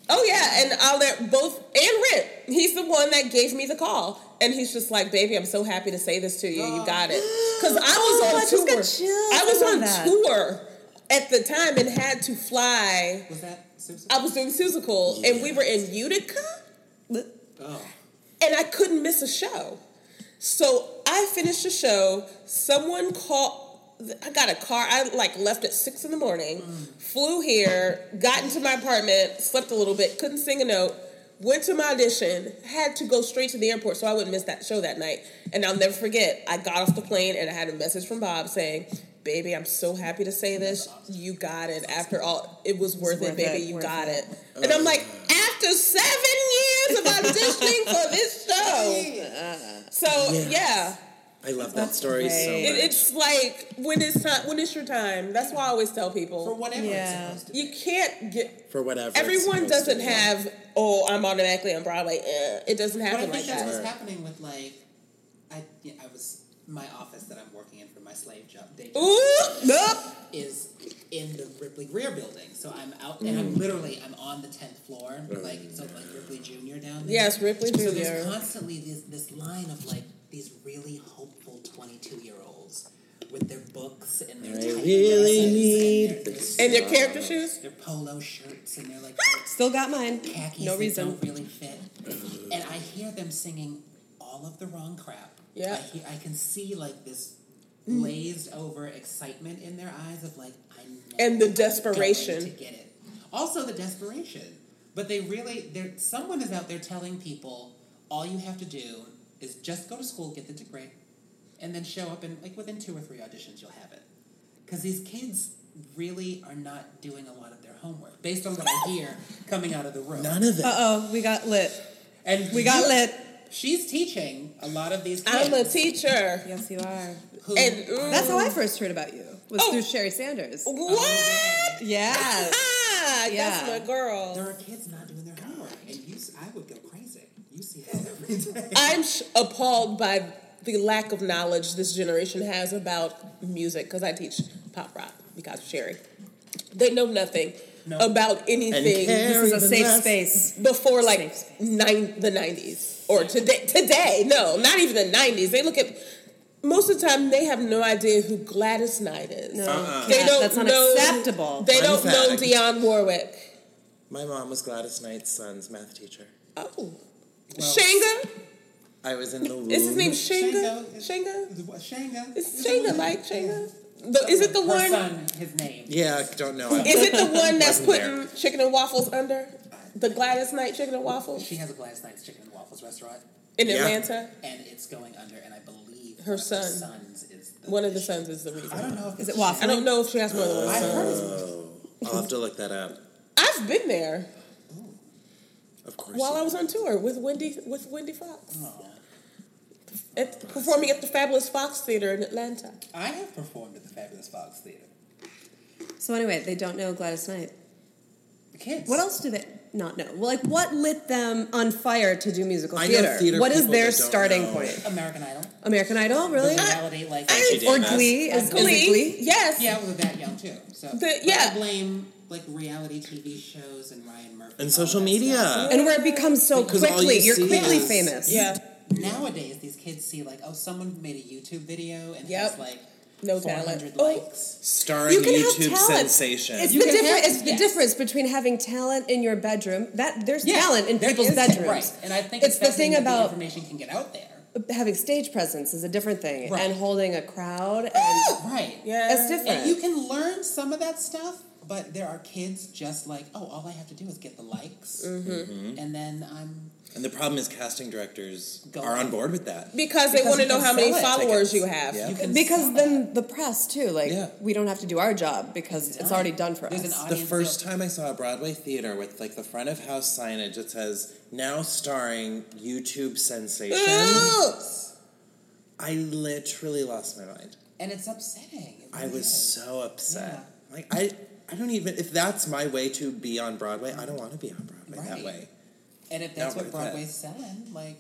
Speaker 2: Oh yeah, and I'll let both and Rip. He's the one that gave me the call, and he's just like, "Baby, I'm so happy to say this to you. You got it." Because I was
Speaker 10: Oh,
Speaker 2: on
Speaker 10: I just
Speaker 2: tour.
Speaker 10: got chills.
Speaker 2: I was
Speaker 10: I love
Speaker 2: on
Speaker 10: that.
Speaker 2: tour at the time and had to fly. Was that I was doing Susical, and we were in Utica, and I couldn't miss a show. So I finished the show. Someone called. I got a car. I like left at six in the morning, flew here, got into my apartment, slept a little bit, couldn't sing a note. Went to my audition, had to go straight to the airport so I wouldn't miss that show that night. And I'll never forget, I got off the plane and I had a message from Bob saying, Baby, I'm so happy to say this. You got it. After all, it was worth it,
Speaker 10: worth
Speaker 2: baby.
Speaker 10: it,
Speaker 2: You
Speaker 10: worth
Speaker 2: got
Speaker 10: it."
Speaker 2: it. And I'm like, After seven years of auditioning for this show. So,
Speaker 5: Yes.
Speaker 2: yeah.
Speaker 5: I love that story so much.
Speaker 2: It- it's like when it's time, when it's your time. That's why I always tell people for
Speaker 4: whatever it's Yeah.
Speaker 2: you can't get.
Speaker 5: for whatever. it's
Speaker 2: Everyone
Speaker 5: supposed to
Speaker 2: doesn't
Speaker 5: be.
Speaker 2: have. Oh, I'm automatically on Broadway. Eh, it doesn't
Speaker 4: But I
Speaker 2: happen
Speaker 4: think
Speaker 2: like
Speaker 4: that's
Speaker 2: that.
Speaker 4: what's happening with like, I yeah, I was my office that I'm working in for my slave job day job
Speaker 2: Ooh, nope.
Speaker 4: is in the Ripley Greer building. So I'm out and
Speaker 2: Mm.
Speaker 4: I'm literally I'm on the tenth floor, like so like Ripley Junior down there.
Speaker 2: Yes, Ripley
Speaker 4: So
Speaker 2: Jr..
Speaker 4: there's constantly this this line of like these really hopeful twenty two year olds with their books and their
Speaker 5: I
Speaker 4: tight
Speaker 5: really
Speaker 4: dresses
Speaker 5: need
Speaker 4: and,
Speaker 2: And their character shoes?
Speaker 4: their polo shirts, and they're like
Speaker 10: Still got mine.
Speaker 4: khakis
Speaker 10: No
Speaker 4: that
Speaker 10: reason.
Speaker 4: don't really fit. And I hear them singing all of the wrong crap.
Speaker 2: Yeah.
Speaker 4: I, hear, I can see like this glazed over excitement in their eyes of like I'm
Speaker 2: And the
Speaker 4: to
Speaker 2: desperation.
Speaker 4: get it. Also the desperation. But they really there someone is out there telling people all you have to do is just go to school, get the degree, and then show up and like within two or three auditions you'll have it. Because these kids really are not doing a lot of their homework based on what I hear coming out of the room.
Speaker 5: None of it.
Speaker 10: Uh oh, we got lit.
Speaker 4: And
Speaker 10: We got
Speaker 4: you-
Speaker 10: lit.
Speaker 4: She's teaching a lot of these kids.
Speaker 2: I'm a teacher.
Speaker 10: Yes, you are.
Speaker 4: who-
Speaker 2: And ooh,
Speaker 10: That's how I first heard about you. Was
Speaker 2: Oh.
Speaker 10: through Sherry Sanders.
Speaker 2: what?
Speaker 10: Yeah.
Speaker 2: Ah,
Speaker 10: Um, Yeah.
Speaker 2: that's my girl.
Speaker 4: there are kids not doing their homework, and you, s- I would go crazy. You see that every day.
Speaker 2: I'm sh- appalled by the lack of knowledge this generation has about music because I teach pop rock because of Sherry. They know nothing about anything.
Speaker 10: This is a safe space.
Speaker 2: before like
Speaker 10: Safe
Speaker 2: nine, the 90s or today today no not even the 90s they look at most of the time they have no idea who gladys knight is
Speaker 4: Uh-uh.
Speaker 10: No,
Speaker 2: they
Speaker 10: Kat,
Speaker 2: don't
Speaker 10: that's not
Speaker 2: know
Speaker 10: acceptable.
Speaker 2: they
Speaker 5: Fun
Speaker 2: don't know
Speaker 5: fact.
Speaker 2: dionne warwick
Speaker 5: My mom was Gladys Knight's son's math teacher.
Speaker 2: oh
Speaker 5: Well,
Speaker 2: shanga
Speaker 5: I was in the room.
Speaker 2: is his name shanga
Speaker 4: Shango is-
Speaker 2: shanga
Speaker 4: is what- Shanga.
Speaker 2: is shanga like shanga The- is it the
Speaker 4: Her
Speaker 2: one
Speaker 4: son, his name.
Speaker 5: Yeah, I don't know.
Speaker 2: is it the one that's
Speaker 5: Wasn't
Speaker 2: putting chicken and waffles under the gladys knight chicken and waffles
Speaker 4: She has a Gladys Knight's Chicken and Waffles restaurant,
Speaker 2: in
Speaker 5: Yeah.
Speaker 2: atlanta
Speaker 4: and it's going under, and I believe
Speaker 2: Her
Speaker 4: one of
Speaker 2: son.
Speaker 4: sons is the
Speaker 2: one of the sons is the
Speaker 4: I don't
Speaker 2: reason
Speaker 4: know if
Speaker 10: Is it
Speaker 4: it's
Speaker 10: waffle?
Speaker 2: i don't know if she has more than one
Speaker 4: I
Speaker 2: son
Speaker 4: heard it's
Speaker 5: I'll have to look that up.
Speaker 2: i've been there
Speaker 5: Of course.
Speaker 2: while I was on tour with Wendy with Wendy Fox. At, performing at the Fabulous Fox Theater in Atlanta.
Speaker 4: I have performed at the Fabulous Fox Theater.
Speaker 10: So anyway, they don't know Gladys Knight.
Speaker 4: The kids.
Speaker 10: What else do they not know? Well, like what lit them on fire to do musical
Speaker 5: I know
Speaker 10: theater?
Speaker 5: theater
Speaker 10: what is
Speaker 5: people
Speaker 10: their
Speaker 5: that don't
Speaker 10: starting
Speaker 5: know.
Speaker 10: point?
Speaker 4: American Idol.
Speaker 10: American Idol, Oh, really?
Speaker 4: Reality, like
Speaker 5: Angie
Speaker 10: or
Speaker 5: Davis.
Speaker 10: Glee? Is, is it
Speaker 2: Glee,
Speaker 10: Glee?
Speaker 2: Yes.
Speaker 4: Yeah, we were that young too. So
Speaker 2: The-
Speaker 4: but
Speaker 2: yeah.
Speaker 4: I blame like reality TV shows and Ryan Murphy
Speaker 5: And
Speaker 4: all
Speaker 5: social
Speaker 4: that
Speaker 5: media.
Speaker 10: And where it becomes so
Speaker 5: Because all
Speaker 10: quickly,
Speaker 5: you
Speaker 10: you're
Speaker 5: see
Speaker 10: quickly
Speaker 5: is-
Speaker 10: famous.
Speaker 2: Yeah.
Speaker 4: stuff. Nowadays, these kids see like, oh, someone made a YouTube video and
Speaker 2: Yep.
Speaker 4: has like
Speaker 2: No talent.
Speaker 4: 400
Speaker 2: Oh,
Speaker 4: likes.
Speaker 5: Starring YouTube sensation.
Speaker 10: It's,
Speaker 4: You
Speaker 10: the,
Speaker 4: can
Speaker 10: difference,
Speaker 4: have-
Speaker 10: it's the
Speaker 4: yes.
Speaker 10: difference between having talent in your bedroom. That there's
Speaker 4: Yeah,
Speaker 10: talent in
Speaker 4: there
Speaker 10: people's
Speaker 4: is-
Speaker 10: bedrooms.
Speaker 4: Right. And I think
Speaker 10: it's the
Speaker 4: that
Speaker 10: thing
Speaker 4: that
Speaker 10: about
Speaker 4: the information can get out there.
Speaker 10: having stage presence is a different thing,
Speaker 4: Right.
Speaker 10: and holding a crowd. And
Speaker 4: Right.
Speaker 10: Yeah. It's different.
Speaker 4: And you can learn some of that stuff, but there are kids just like, oh, all I have to do is get the likes.
Speaker 10: Mm-hmm.
Speaker 5: Mhm.
Speaker 4: And then I'm.
Speaker 5: And the problem is casting directors are on board with that.
Speaker 2: Because they want to
Speaker 4: you
Speaker 2: know
Speaker 4: can
Speaker 2: how many
Speaker 4: sell it.
Speaker 2: followers you
Speaker 5: Tickets.
Speaker 2: have.
Speaker 5: Yeah.
Speaker 2: You can
Speaker 10: because then the press too, like
Speaker 5: Yeah.
Speaker 10: we don't have to do our job because it's already done for us.
Speaker 5: The first time I saw a Broadway theater with like the front of house signage that says "Now starring YouTube sensation,"
Speaker 10: Ah!
Speaker 5: I literally lost my mind.
Speaker 4: And it's upsetting. It
Speaker 5: I
Speaker 4: really
Speaker 5: was
Speaker 4: is.
Speaker 5: so upset. Like I, I don't even. If that's my way to be on Broadway, I don't want to be on Broadway that
Speaker 4: Right.
Speaker 5: way.
Speaker 4: And if
Speaker 5: Not
Speaker 4: that's what
Speaker 5: worth it.
Speaker 4: Broadway's selling, like,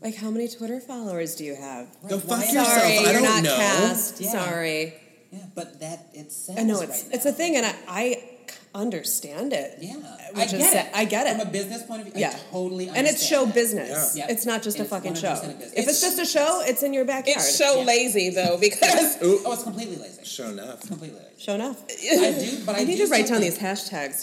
Speaker 10: Like how many Twitter followers do you have?
Speaker 5: Go fuck
Speaker 10: Sorry,
Speaker 5: yourself. I
Speaker 10: you're
Speaker 5: don't
Speaker 10: not
Speaker 5: know.
Speaker 10: cast.
Speaker 4: Yeah.
Speaker 10: Sorry.
Speaker 4: yeah, but that it's sad.
Speaker 10: I know it's it's a thing, and I, I understand it.
Speaker 4: Yeah,
Speaker 10: which
Speaker 4: I
Speaker 10: is
Speaker 4: get
Speaker 10: sad.
Speaker 4: it.
Speaker 10: I get it
Speaker 4: From a business point of view,
Speaker 10: yeah,
Speaker 4: I totally
Speaker 10: and it's show
Speaker 4: understand that.
Speaker 10: business.
Speaker 4: Yeah.
Speaker 10: It's not just
Speaker 4: And
Speaker 10: a
Speaker 4: it's
Speaker 10: fucking show.
Speaker 4: 100% a business.
Speaker 10: If it's just a show, it's in your backyard.
Speaker 2: It's so lazy though because
Speaker 4: Oh, it's completely lazy.
Speaker 5: Sure enough.
Speaker 4: Completely lazy.
Speaker 10: Show enough.
Speaker 4: I do, but I
Speaker 10: you need
Speaker 4: do
Speaker 10: to write
Speaker 4: still
Speaker 10: down these
Speaker 4: think-
Speaker 10: hashtags.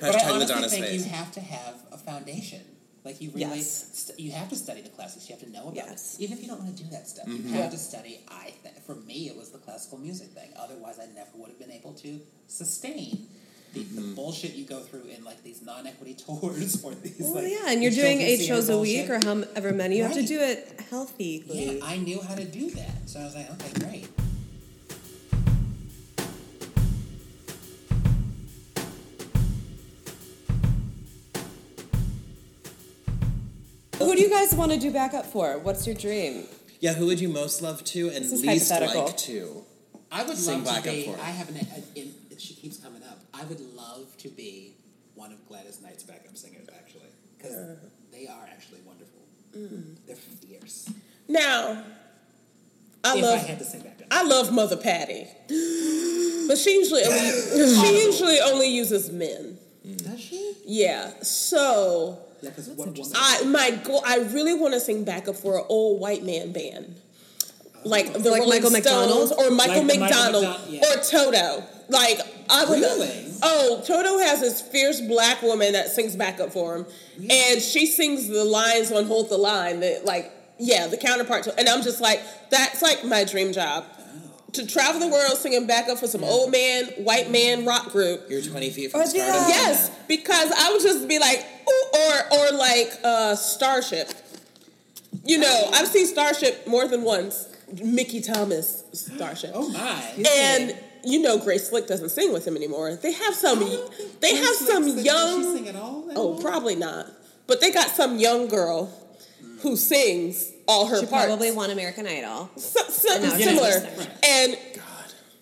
Speaker 5: Hashtag
Speaker 4: But I honestly
Speaker 5: Madonna's
Speaker 4: think
Speaker 5: face.
Speaker 4: you have to have a foundation. Like you really,
Speaker 10: Yes.
Speaker 4: st- you have to study the classics. You have to know about
Speaker 10: Yes.
Speaker 4: it, even if you don't want to do that stuff.
Speaker 5: Mhm.
Speaker 4: You
Speaker 5: Yeah.
Speaker 4: have to study. I think for me, it was the classical music thing. Otherwise, I never would have been able to sustain the, the bullshit you go through in like these non-equity tours or these.
Speaker 10: well,
Speaker 4: like,
Speaker 10: yeah, and you're
Speaker 4: the
Speaker 10: doing
Speaker 4: children's
Speaker 10: eight shows a
Speaker 4: theater
Speaker 10: week or
Speaker 4: bullshit.
Speaker 10: however many. You have to
Speaker 4: Right.
Speaker 10: do it healthy.
Speaker 4: Yeah, I knew how to do that, so I was like, okay, great.
Speaker 10: Who do you guys want to do backup for? What's your dream?
Speaker 5: Yeah, who would you most love to and
Speaker 10: This is
Speaker 5: least
Speaker 10: hypothetical.
Speaker 5: like to?
Speaker 4: I would
Speaker 5: Sing
Speaker 4: love
Speaker 5: Black
Speaker 4: to
Speaker 5: Up
Speaker 4: be.
Speaker 5: for It.
Speaker 4: I have an. A, in, she keeps coming up. I would love to be one of Gladys Knight's backup singers, actually, because
Speaker 2: Uh.
Speaker 4: they are actually wonderful.
Speaker 2: Mm.
Speaker 4: They're fierce.
Speaker 2: now I
Speaker 4: if
Speaker 2: love
Speaker 4: I had to sing backup,
Speaker 2: I love Mother Patty. But she usually only, she usually only uses men.
Speaker 4: does she?
Speaker 2: Yeah. So
Speaker 4: Yeah, because one woman.
Speaker 2: I my goal I really want to sing backup for an old white man band. Like the
Speaker 10: Like
Speaker 2: Rolling
Speaker 10: Michael
Speaker 2: Stones
Speaker 10: McDonald?
Speaker 2: or Michael
Speaker 4: Like the Michael
Speaker 2: McDonald
Speaker 4: McDon- yeah.
Speaker 2: or Toto. Like I would
Speaker 4: Really?
Speaker 2: Oh, Toto has this fierce black woman that sings backup for him. And she sings the lines on Hold the Line that like yeah, the counterpart to and I'm just like, that's like my dream job.
Speaker 5: Oh.
Speaker 2: To travel the world singing backup for some old man, white man rock group.
Speaker 5: You're 20 feet
Speaker 10: Or
Speaker 5: from
Speaker 10: the-
Speaker 5: stardom.
Speaker 2: Yes, because I would just be like, ooh, or or like uh, Starship. You know, I've seen Starship more than once. Mickey Thomas Starship.
Speaker 4: oh my!
Speaker 2: and you know, Grace Slick doesn't sing with him anymore. They have some.
Speaker 4: Oh,
Speaker 2: They have some
Speaker 4: Does she
Speaker 2: young.
Speaker 4: sing at all?
Speaker 2: Oh, probably not. But they got some young girl who sings all her
Speaker 10: She
Speaker 2: parts.
Speaker 10: probably won American Idol.
Speaker 2: So- something
Speaker 10: No, it's
Speaker 2: similar.
Speaker 10: just-
Speaker 2: And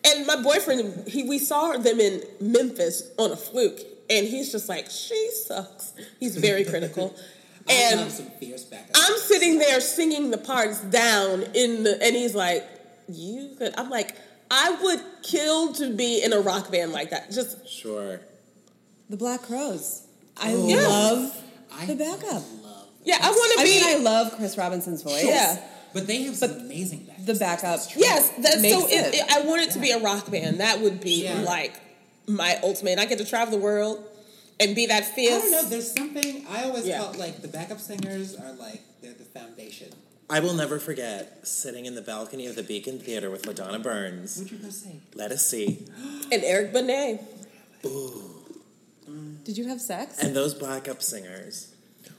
Speaker 2: and my boyfriend, he we saw them in Memphis on a fluke, and he's just like, she sucks. He's very critical.
Speaker 4: I love
Speaker 2: and
Speaker 4: some fierce backup.
Speaker 2: I'm sitting there singing the parts down in the, and he's like, you could. I'm like, I would kill to be in a rock band like that. Just
Speaker 5: Sure.
Speaker 10: The Black Crows. I
Speaker 2: Oh. yeah,
Speaker 10: love
Speaker 4: I
Speaker 10: the backup.
Speaker 4: love.
Speaker 2: yeah. I want to
Speaker 10: I
Speaker 2: be.
Speaker 10: mean, I love Chris Robinson's voice.
Speaker 2: yeah.
Speaker 4: But they have some amazing backup.
Speaker 10: The backup.
Speaker 2: Yes, that's
Speaker 10: Makes
Speaker 2: so. It,
Speaker 10: sense.
Speaker 2: it- I want it to be a rock band. That would be
Speaker 4: Yeah.
Speaker 2: like my ultimate. I get to travel the world and be that
Speaker 4: I don't know.
Speaker 2: fierce.
Speaker 4: There's something I always
Speaker 2: Yeah.
Speaker 4: felt like the backup singers are like they're the foundation.
Speaker 5: I will never forget sitting in the balcony of the Beacon Theater with LaDonna Burns.
Speaker 4: What'd you go say?
Speaker 5: Let us see.
Speaker 2: And Eric Benet.
Speaker 10: Did you have sex?
Speaker 5: And those black up singers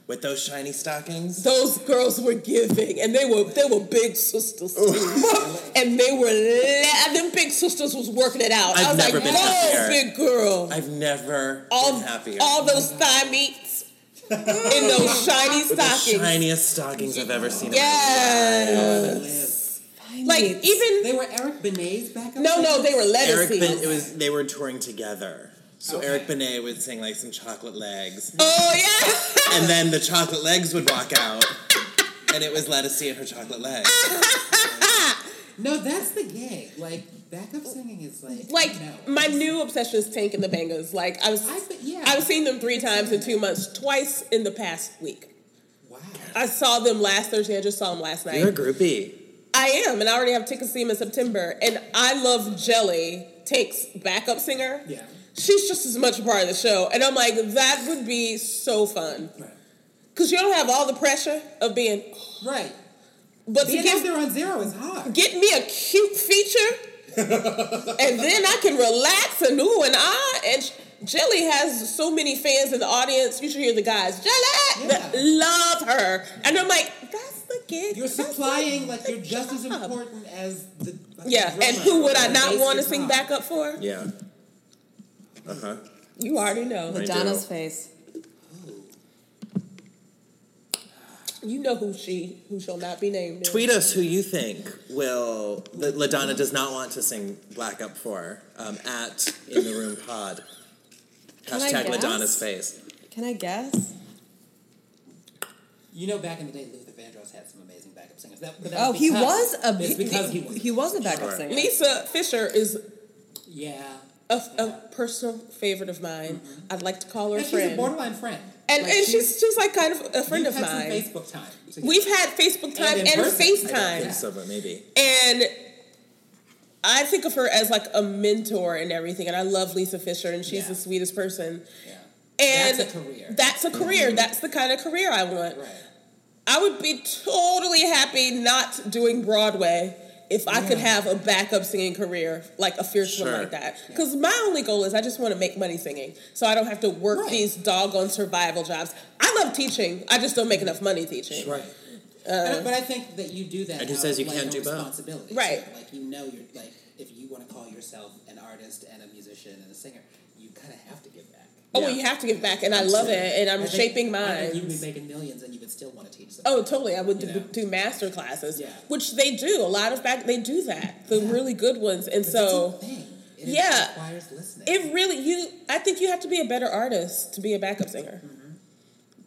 Speaker 5: with those shiny stockings.
Speaker 2: Those girls were giving, and they were they were big sisters, too. and they were la- them big sisters was working it out.
Speaker 5: I've
Speaker 2: I was
Speaker 5: never
Speaker 2: like,
Speaker 5: been
Speaker 2: "Whoa,
Speaker 5: happier."
Speaker 2: big girl!"
Speaker 5: I've never
Speaker 2: all
Speaker 5: been happier.
Speaker 2: all those thigh meats in those shiny
Speaker 5: With the
Speaker 2: stockings.
Speaker 5: shiniest stockings I've ever seen. in my
Speaker 2: yes,
Speaker 4: Live.
Speaker 2: like even
Speaker 4: They were Eric Benet's backup.
Speaker 2: no,
Speaker 4: singers?
Speaker 2: no, they were
Speaker 5: life. Eric
Speaker 2: lettuces.
Speaker 5: ben- it was they were touring together. So
Speaker 4: Okay.
Speaker 5: Eric Benet would sing like some chocolate legs.
Speaker 2: oh yeah.
Speaker 5: and then the chocolate legs would walk out. And it was Let us see and her chocolate legs.
Speaker 4: No, that's the gig. Like backup singing is like
Speaker 2: Like
Speaker 4: no.
Speaker 2: my new obsession is Tank and the Bangas. Like I was,
Speaker 4: I've been- yeah.
Speaker 2: I've seen them three times in two months, twice in the past week.
Speaker 4: wow.
Speaker 2: I saw them last Thursday. I just saw them last night.
Speaker 5: You're a groupie.
Speaker 2: I am, and I already have tickets to see him in September. And I love Jelly, Tank's backup singer. Yeah. She's just as much a part of the show. And I'm like, that would be so fun. Because you don't have all the pressure of being. Right. But
Speaker 4: Being
Speaker 2: to get
Speaker 4: out there on zero is hard.
Speaker 2: Get me a cute feature, and then I can relax and ooh and ah. And Jelly has so many fans in the audience. You should hear the guys. Jelly that love her, and I'm like, that's the gig. You're
Speaker 4: Supplying like you're just as important as the
Speaker 2: Yeah, and
Speaker 4: drummer
Speaker 2: who would I
Speaker 4: or
Speaker 2: not
Speaker 4: bass
Speaker 2: want to
Speaker 4: guitar.
Speaker 2: sing backup for?
Speaker 5: Yeah. Uh huh.
Speaker 2: You already know.
Speaker 5: I Madonna's do.
Speaker 2: face. You know who she who shall not be named. is.
Speaker 5: Tweet us who you think will that Ladonna does not want to sing Black Up for um, at in the room pod.
Speaker 10: Can I
Speaker 5: Hashtag
Speaker 10: guess?
Speaker 5: Ladonna's face.
Speaker 10: Can I guess?
Speaker 4: You know, back in the day, Luther Vandross had some amazing backup singers. That, but that
Speaker 10: Oh, he
Speaker 4: because-
Speaker 10: was a
Speaker 4: it's because he was.
Speaker 10: he was a backup
Speaker 4: Sure.
Speaker 10: singer.
Speaker 2: Lisa Fisher is
Speaker 4: Yeah.
Speaker 2: a, a personal favorite of mine.
Speaker 10: Mm-hmm.
Speaker 2: I'd like to call her
Speaker 4: And
Speaker 2: a
Speaker 4: she's
Speaker 2: friend.
Speaker 4: a borderline friend.
Speaker 2: and,
Speaker 4: Like,
Speaker 2: and she's, she's like kind of a friend
Speaker 4: You've
Speaker 2: of
Speaker 4: had some
Speaker 2: mine.
Speaker 4: Facebook time. together.
Speaker 2: We've had Facebook time
Speaker 4: in
Speaker 2: and,
Speaker 4: person.
Speaker 5: I don't think
Speaker 2: FaceTime.
Speaker 5: so, but maybe.
Speaker 2: And I think of her as like a mentor and everything. And I love Lisa Fisher, and she's the sweetest person. And
Speaker 4: That's a career.
Speaker 2: That's a career.
Speaker 4: Mm-hmm.
Speaker 2: That's the kind of career I want. I would be totally happy not doing Broadway if I could have a backup singing career, like a fierce
Speaker 5: Sure.
Speaker 2: one like that. Because my only goal is I just want to make money singing, so I don't have to work these doggone survival jobs. I love teaching. I just don't make enough money teaching.
Speaker 4: Right.
Speaker 2: Uh,
Speaker 4: but, but I think that you do that.
Speaker 5: And who
Speaker 4: out
Speaker 5: says
Speaker 4: of,
Speaker 5: you
Speaker 4: like,
Speaker 5: can't
Speaker 4: a
Speaker 5: do both?
Speaker 4: responsibility,
Speaker 2: Right.
Speaker 4: too. Like you know, you're like if you want to call yourself an artist and a musician and a singer, you kind of have to give back.
Speaker 2: oh, well, you have to give back, and I love it, and I'm
Speaker 4: I think-
Speaker 2: shaping
Speaker 4: I
Speaker 2: mine.
Speaker 4: think You'd be making millions, and you would still want to teach them.
Speaker 2: Oh, totally. I would do, do master classes,
Speaker 4: Yeah.
Speaker 2: which they do. A lot of back, they do that. The really good ones, and so
Speaker 4: It
Speaker 2: yeah.
Speaker 4: requires listening.
Speaker 2: it really you. I think you have to be a better artist to be a backup singer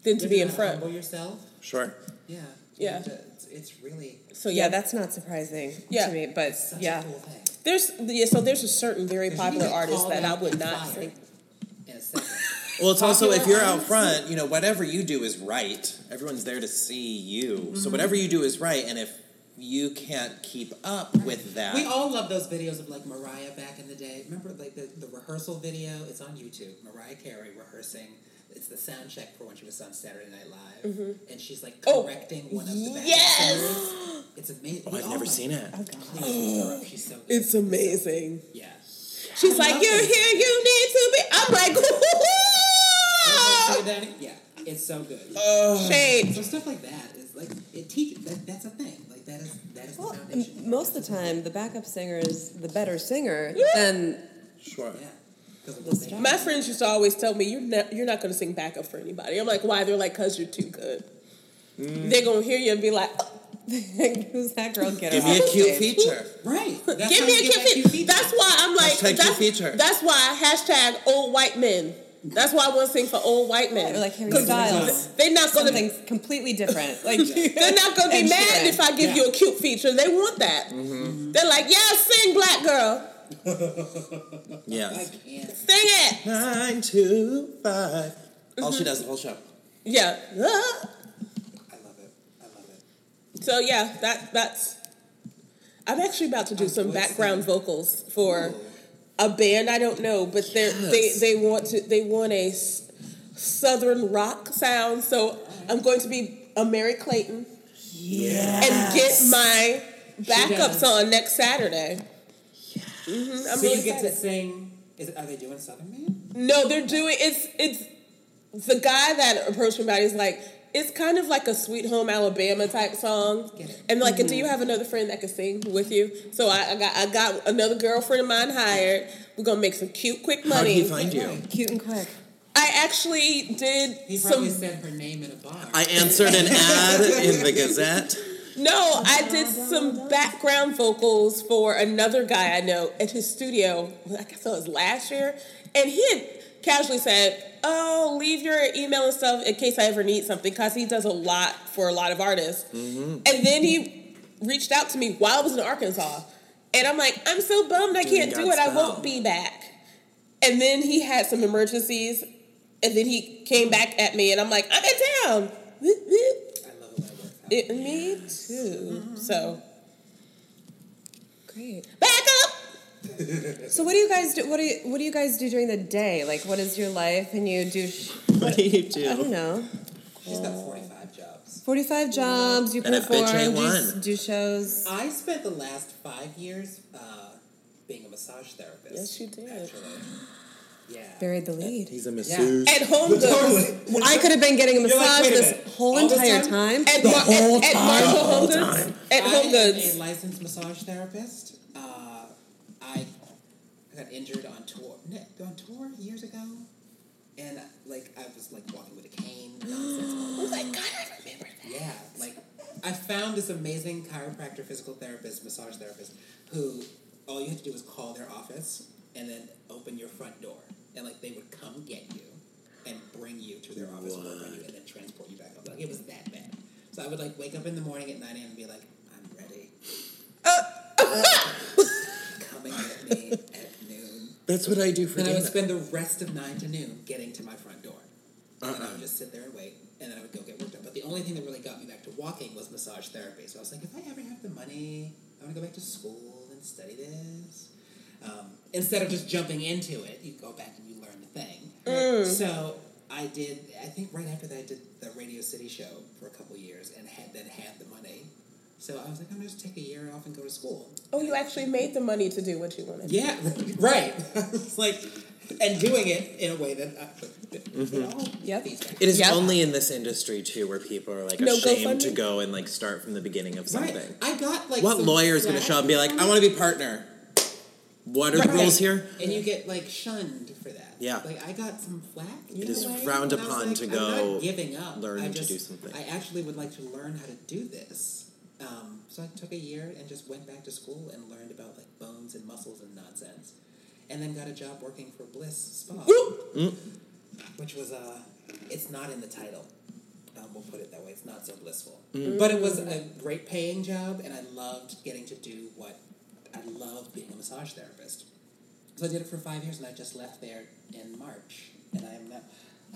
Speaker 2: than to
Speaker 4: If
Speaker 2: be
Speaker 4: you
Speaker 2: in
Speaker 4: wanna
Speaker 2: front.
Speaker 4: Humble yourself.
Speaker 5: Sure.
Speaker 4: Yeah.
Speaker 2: Yeah.
Speaker 4: It's, it's really.
Speaker 2: So
Speaker 10: yeah,
Speaker 2: yeah,
Speaker 10: that's not surprising
Speaker 2: Yeah.
Speaker 10: to me. But yeah,
Speaker 2: there's yeah. So there's a certain very popular artist that I would not think.
Speaker 5: Well, it's also if
Speaker 2: Popular
Speaker 5: you're out
Speaker 2: artists.
Speaker 5: front, you know whatever you do is right. Everyone's there to see you, so
Speaker 4: Mhm.
Speaker 5: whatever you do is right. And if you can't keep up with that,
Speaker 4: We all love those videos of like Mariah back in the day. Remember like the, the rehearsal video? It's on YouTube. Mariah Carey rehearsing. It's the sound check for when she was on Saturday Night Live,
Speaker 10: Mm-hmm.
Speaker 4: and she's like
Speaker 10: Oh,
Speaker 4: correcting one of the backup
Speaker 2: yes!
Speaker 4: singers. It's amazing.
Speaker 5: Oh, I've never seen it.
Speaker 10: Oh.
Speaker 4: She's so good.
Speaker 2: It's amazing.
Speaker 4: Yeah.
Speaker 2: She's
Speaker 4: I
Speaker 2: like,
Speaker 4: love
Speaker 2: you're
Speaker 4: it.
Speaker 2: here. You need to be. I'm like,
Speaker 4: Oh, Danny? Yeah, it's so good.
Speaker 2: Oh. Shade.
Speaker 4: So stuff like that is like it teaches. That, that's a thing. Like that is that is the foundation.
Speaker 10: m- most of the time the backup singer is the better singer than
Speaker 5: sure.
Speaker 10: the star.
Speaker 2: My friends used to always tell me, "You're not, you're not going to sing backup for anybody." I'm like, "Why?" They're like, "Cause you're too good." They're gonna hear you and be like, "Oh,
Speaker 10: Who's that girl? Get her
Speaker 5: Give me a
Speaker 10: off
Speaker 5: cute
Speaker 10: stage.
Speaker 5: feature.
Speaker 4: Right. That's
Speaker 2: "Give
Speaker 4: how
Speaker 2: me
Speaker 4: you
Speaker 2: a
Speaker 4: get
Speaker 2: cute
Speaker 4: that
Speaker 2: feature." That's why I'm like,
Speaker 5: Hashtag cute
Speaker 2: that's,
Speaker 5: feature.
Speaker 2: that's why hashtag old white men. That's why I want to sing for old white men.
Speaker 10: Or like Harry
Speaker 2: 'Cause
Speaker 10: Styles.
Speaker 2: They're not gonna.
Speaker 10: Something's completely different. Like
Speaker 2: They're not gonna be
Speaker 10: And
Speaker 2: mad
Speaker 10: Sharon.
Speaker 2: if I give you a cute feature. They want that. They're like, "Yeah, sing, black girl,
Speaker 5: Yes.
Speaker 2: sing it."
Speaker 5: Nine to 5 All she does the whole show.
Speaker 2: Yeah. I love it. I love it. So yeah, that that's. I'm actually about
Speaker 4: Oh,
Speaker 2: to do some background vocals for a band I don't know, but they're
Speaker 5: Yes.
Speaker 2: they they want to they want a s- southern rock sound. So I'm going to be a Mary Clayton. And get my
Speaker 4: does.
Speaker 2: backups on next Saturday. Mhm, I'm
Speaker 4: so
Speaker 2: really
Speaker 4: you get
Speaker 2: excited.
Speaker 4: to sing. Is, are they doing Southern Man?
Speaker 2: No, they're doing it's it's the guy that approached me about it is like it's kind of like a sweet home Alabama type song. And like,
Speaker 5: Mm-hmm.
Speaker 2: do you have another friend that can sing with you? So I, I got I got another girlfriend of mine hired. We're gonna make some cute quick
Speaker 5: How
Speaker 2: money.
Speaker 5: did he find you?
Speaker 10: cute and quick.
Speaker 2: I actually did
Speaker 4: He
Speaker 2: some
Speaker 4: probably said her name in a bar.
Speaker 5: I answered an ad in the Gazette.
Speaker 2: No, I did some background vocals for another guy I know at his studio. I guess it was last year, and he had casually said, "Oh, leave your email and stuff in case I ever need something," because he does a lot for a lot of artists. And then he reached out to me while I was in Arkansas, and I'm like, "I'm so bummed I can't do it. I won't be back." And then he had some emergencies, and then he came back at me, and I'm like, "I'm in town." It, me too. So
Speaker 10: Great.
Speaker 2: Back
Speaker 10: up. So what do you guys do? What do you What do you guys do during the day? Like, what is your life? And you do. Sh-
Speaker 5: What do you do?
Speaker 10: I don't know.
Speaker 4: She's got 45 jobs.
Speaker 10: Forty five jobs. You
Speaker 4: And a bitch
Speaker 10: perform.
Speaker 4: ain't
Speaker 10: do, s-
Speaker 4: one.
Speaker 10: do shows.
Speaker 4: I spent the last five years uh, being a massage therapist.
Speaker 2: Yes, you did.
Speaker 4: Yeah.
Speaker 10: Buried the lead.
Speaker 5: He's a
Speaker 4: masseuse.
Speaker 2: At home goods.
Speaker 4: Totally.
Speaker 10: Well, I could have been getting a
Speaker 4: You're like,
Speaker 10: massage
Speaker 4: wait a minute.
Speaker 10: this whole
Speaker 4: All this
Speaker 10: entire
Speaker 4: time?
Speaker 10: time.
Speaker 4: At The Mar- whole
Speaker 2: at time, Marco the whole Home Goods? time. At
Speaker 4: I
Speaker 2: Home
Speaker 4: am
Speaker 2: Goods.
Speaker 4: a licensed massage therapist. Uh, I got injured on tour ne- on tour years ago, and like I was like walking with a cane. oh my god, I remember that. Yeah, like I found this amazing chiropractor, physical therapist, massage therapist, who all you had to do was call their office and then open your front door, and like they would come get you and bring you to their office and work on you and then transport you back up. Like it was that bad. So I would like wake up in the morning at 9 a.m. and be like, I'm ready. Coming at me at noon.
Speaker 5: That's what I do for
Speaker 4: Then I would
Speaker 5: dinner.
Speaker 4: spend the rest of 9 to noon getting to my front door.
Speaker 5: Uh-uh.
Speaker 4: And I would just sit there and wait. And then I would go get work done. But the only thing that really got me back to walking was massage therapy. So I was like, if I ever have the money, I want to go back to school and study this. Um, instead of just jumping into it, you go back and you learn the thing.
Speaker 2: Mm.
Speaker 4: So I did. I think right after that, I did the Radio City show for a couple years, and had then had the money. So I was like, I'm gonna just take a year off and go to school.
Speaker 2: Oh, you actually made the money to do what you wanted.
Speaker 4: Yeah, right. it's like, and doing it in a way that, uh, I, you know,
Speaker 10: yep.
Speaker 5: Mm-hmm. It is
Speaker 4: Yep.
Speaker 5: only in this industry too where people are like
Speaker 4: No
Speaker 5: ashamed to
Speaker 4: GoFundMe?
Speaker 5: go and like start from the beginning of
Speaker 4: Right.
Speaker 5: something.
Speaker 4: I got like
Speaker 5: what
Speaker 4: some
Speaker 5: lawyer is going to
Speaker 4: slack
Speaker 5: show up and be like, "I want to be partner"? What are the
Speaker 4: Right.
Speaker 5: rules here?
Speaker 4: And you get like shunned for that.
Speaker 5: Yeah.
Speaker 4: Like I got some flack. in
Speaker 5: It
Speaker 4: a
Speaker 5: is
Speaker 4: way,
Speaker 5: frowned
Speaker 4: and I was
Speaker 5: upon
Speaker 4: like,
Speaker 5: to
Speaker 4: I'm
Speaker 5: go
Speaker 4: not giving up.
Speaker 5: learn
Speaker 4: I
Speaker 5: to
Speaker 4: just-
Speaker 5: do something.
Speaker 4: I actually would like to learn how to do this. Um, so I took a year and just went back to school and learned about like bones and muscles and nonsense, and then got a job working for Bliss Spa,
Speaker 5: Mm.
Speaker 4: which was uh, it's not in the title. Um, we'll put it that way. It's not so blissful,
Speaker 5: Mm.
Speaker 4: but it was a great paying job, and I loved getting to do what I love being a massage therapist. So I did it for five years, and I just left there in March, and I am now.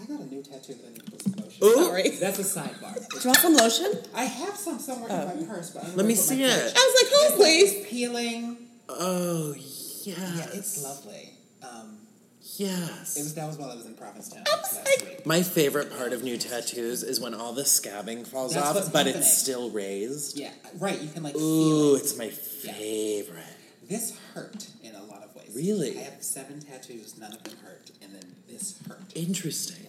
Speaker 4: I got a new tattoo that was lotion.
Speaker 10: Ooh.
Speaker 4: Sorry, that's a sidebar.
Speaker 10: Do you want some lotion?
Speaker 4: I have some somewhere in my purse, but I'm
Speaker 5: Oh. Let me
Speaker 4: gonna put
Speaker 5: see
Speaker 4: my
Speaker 5: it.
Speaker 4: purse.
Speaker 10: was like,
Speaker 4: It's like this peeling.
Speaker 5: Oh
Speaker 4: Yeah,
Speaker 5: yes.
Speaker 4: it's lovely. Um,
Speaker 5: Yes.
Speaker 4: It was that was while I was in Provincetown. last week.
Speaker 5: My favorite part of new tattoos is when all the scabbing falls
Speaker 4: That's
Speaker 5: off,
Speaker 4: what's
Speaker 5: but
Speaker 4: happening.
Speaker 5: it's still raised.
Speaker 4: Yeah, right. You can like
Speaker 5: Ooh,
Speaker 4: feel it.
Speaker 5: it's my favorite.
Speaker 4: This hurt in a lot of ways.
Speaker 5: Really?
Speaker 4: I have seven tattoos. None of them hurt, and then this hurt.
Speaker 5: Interesting.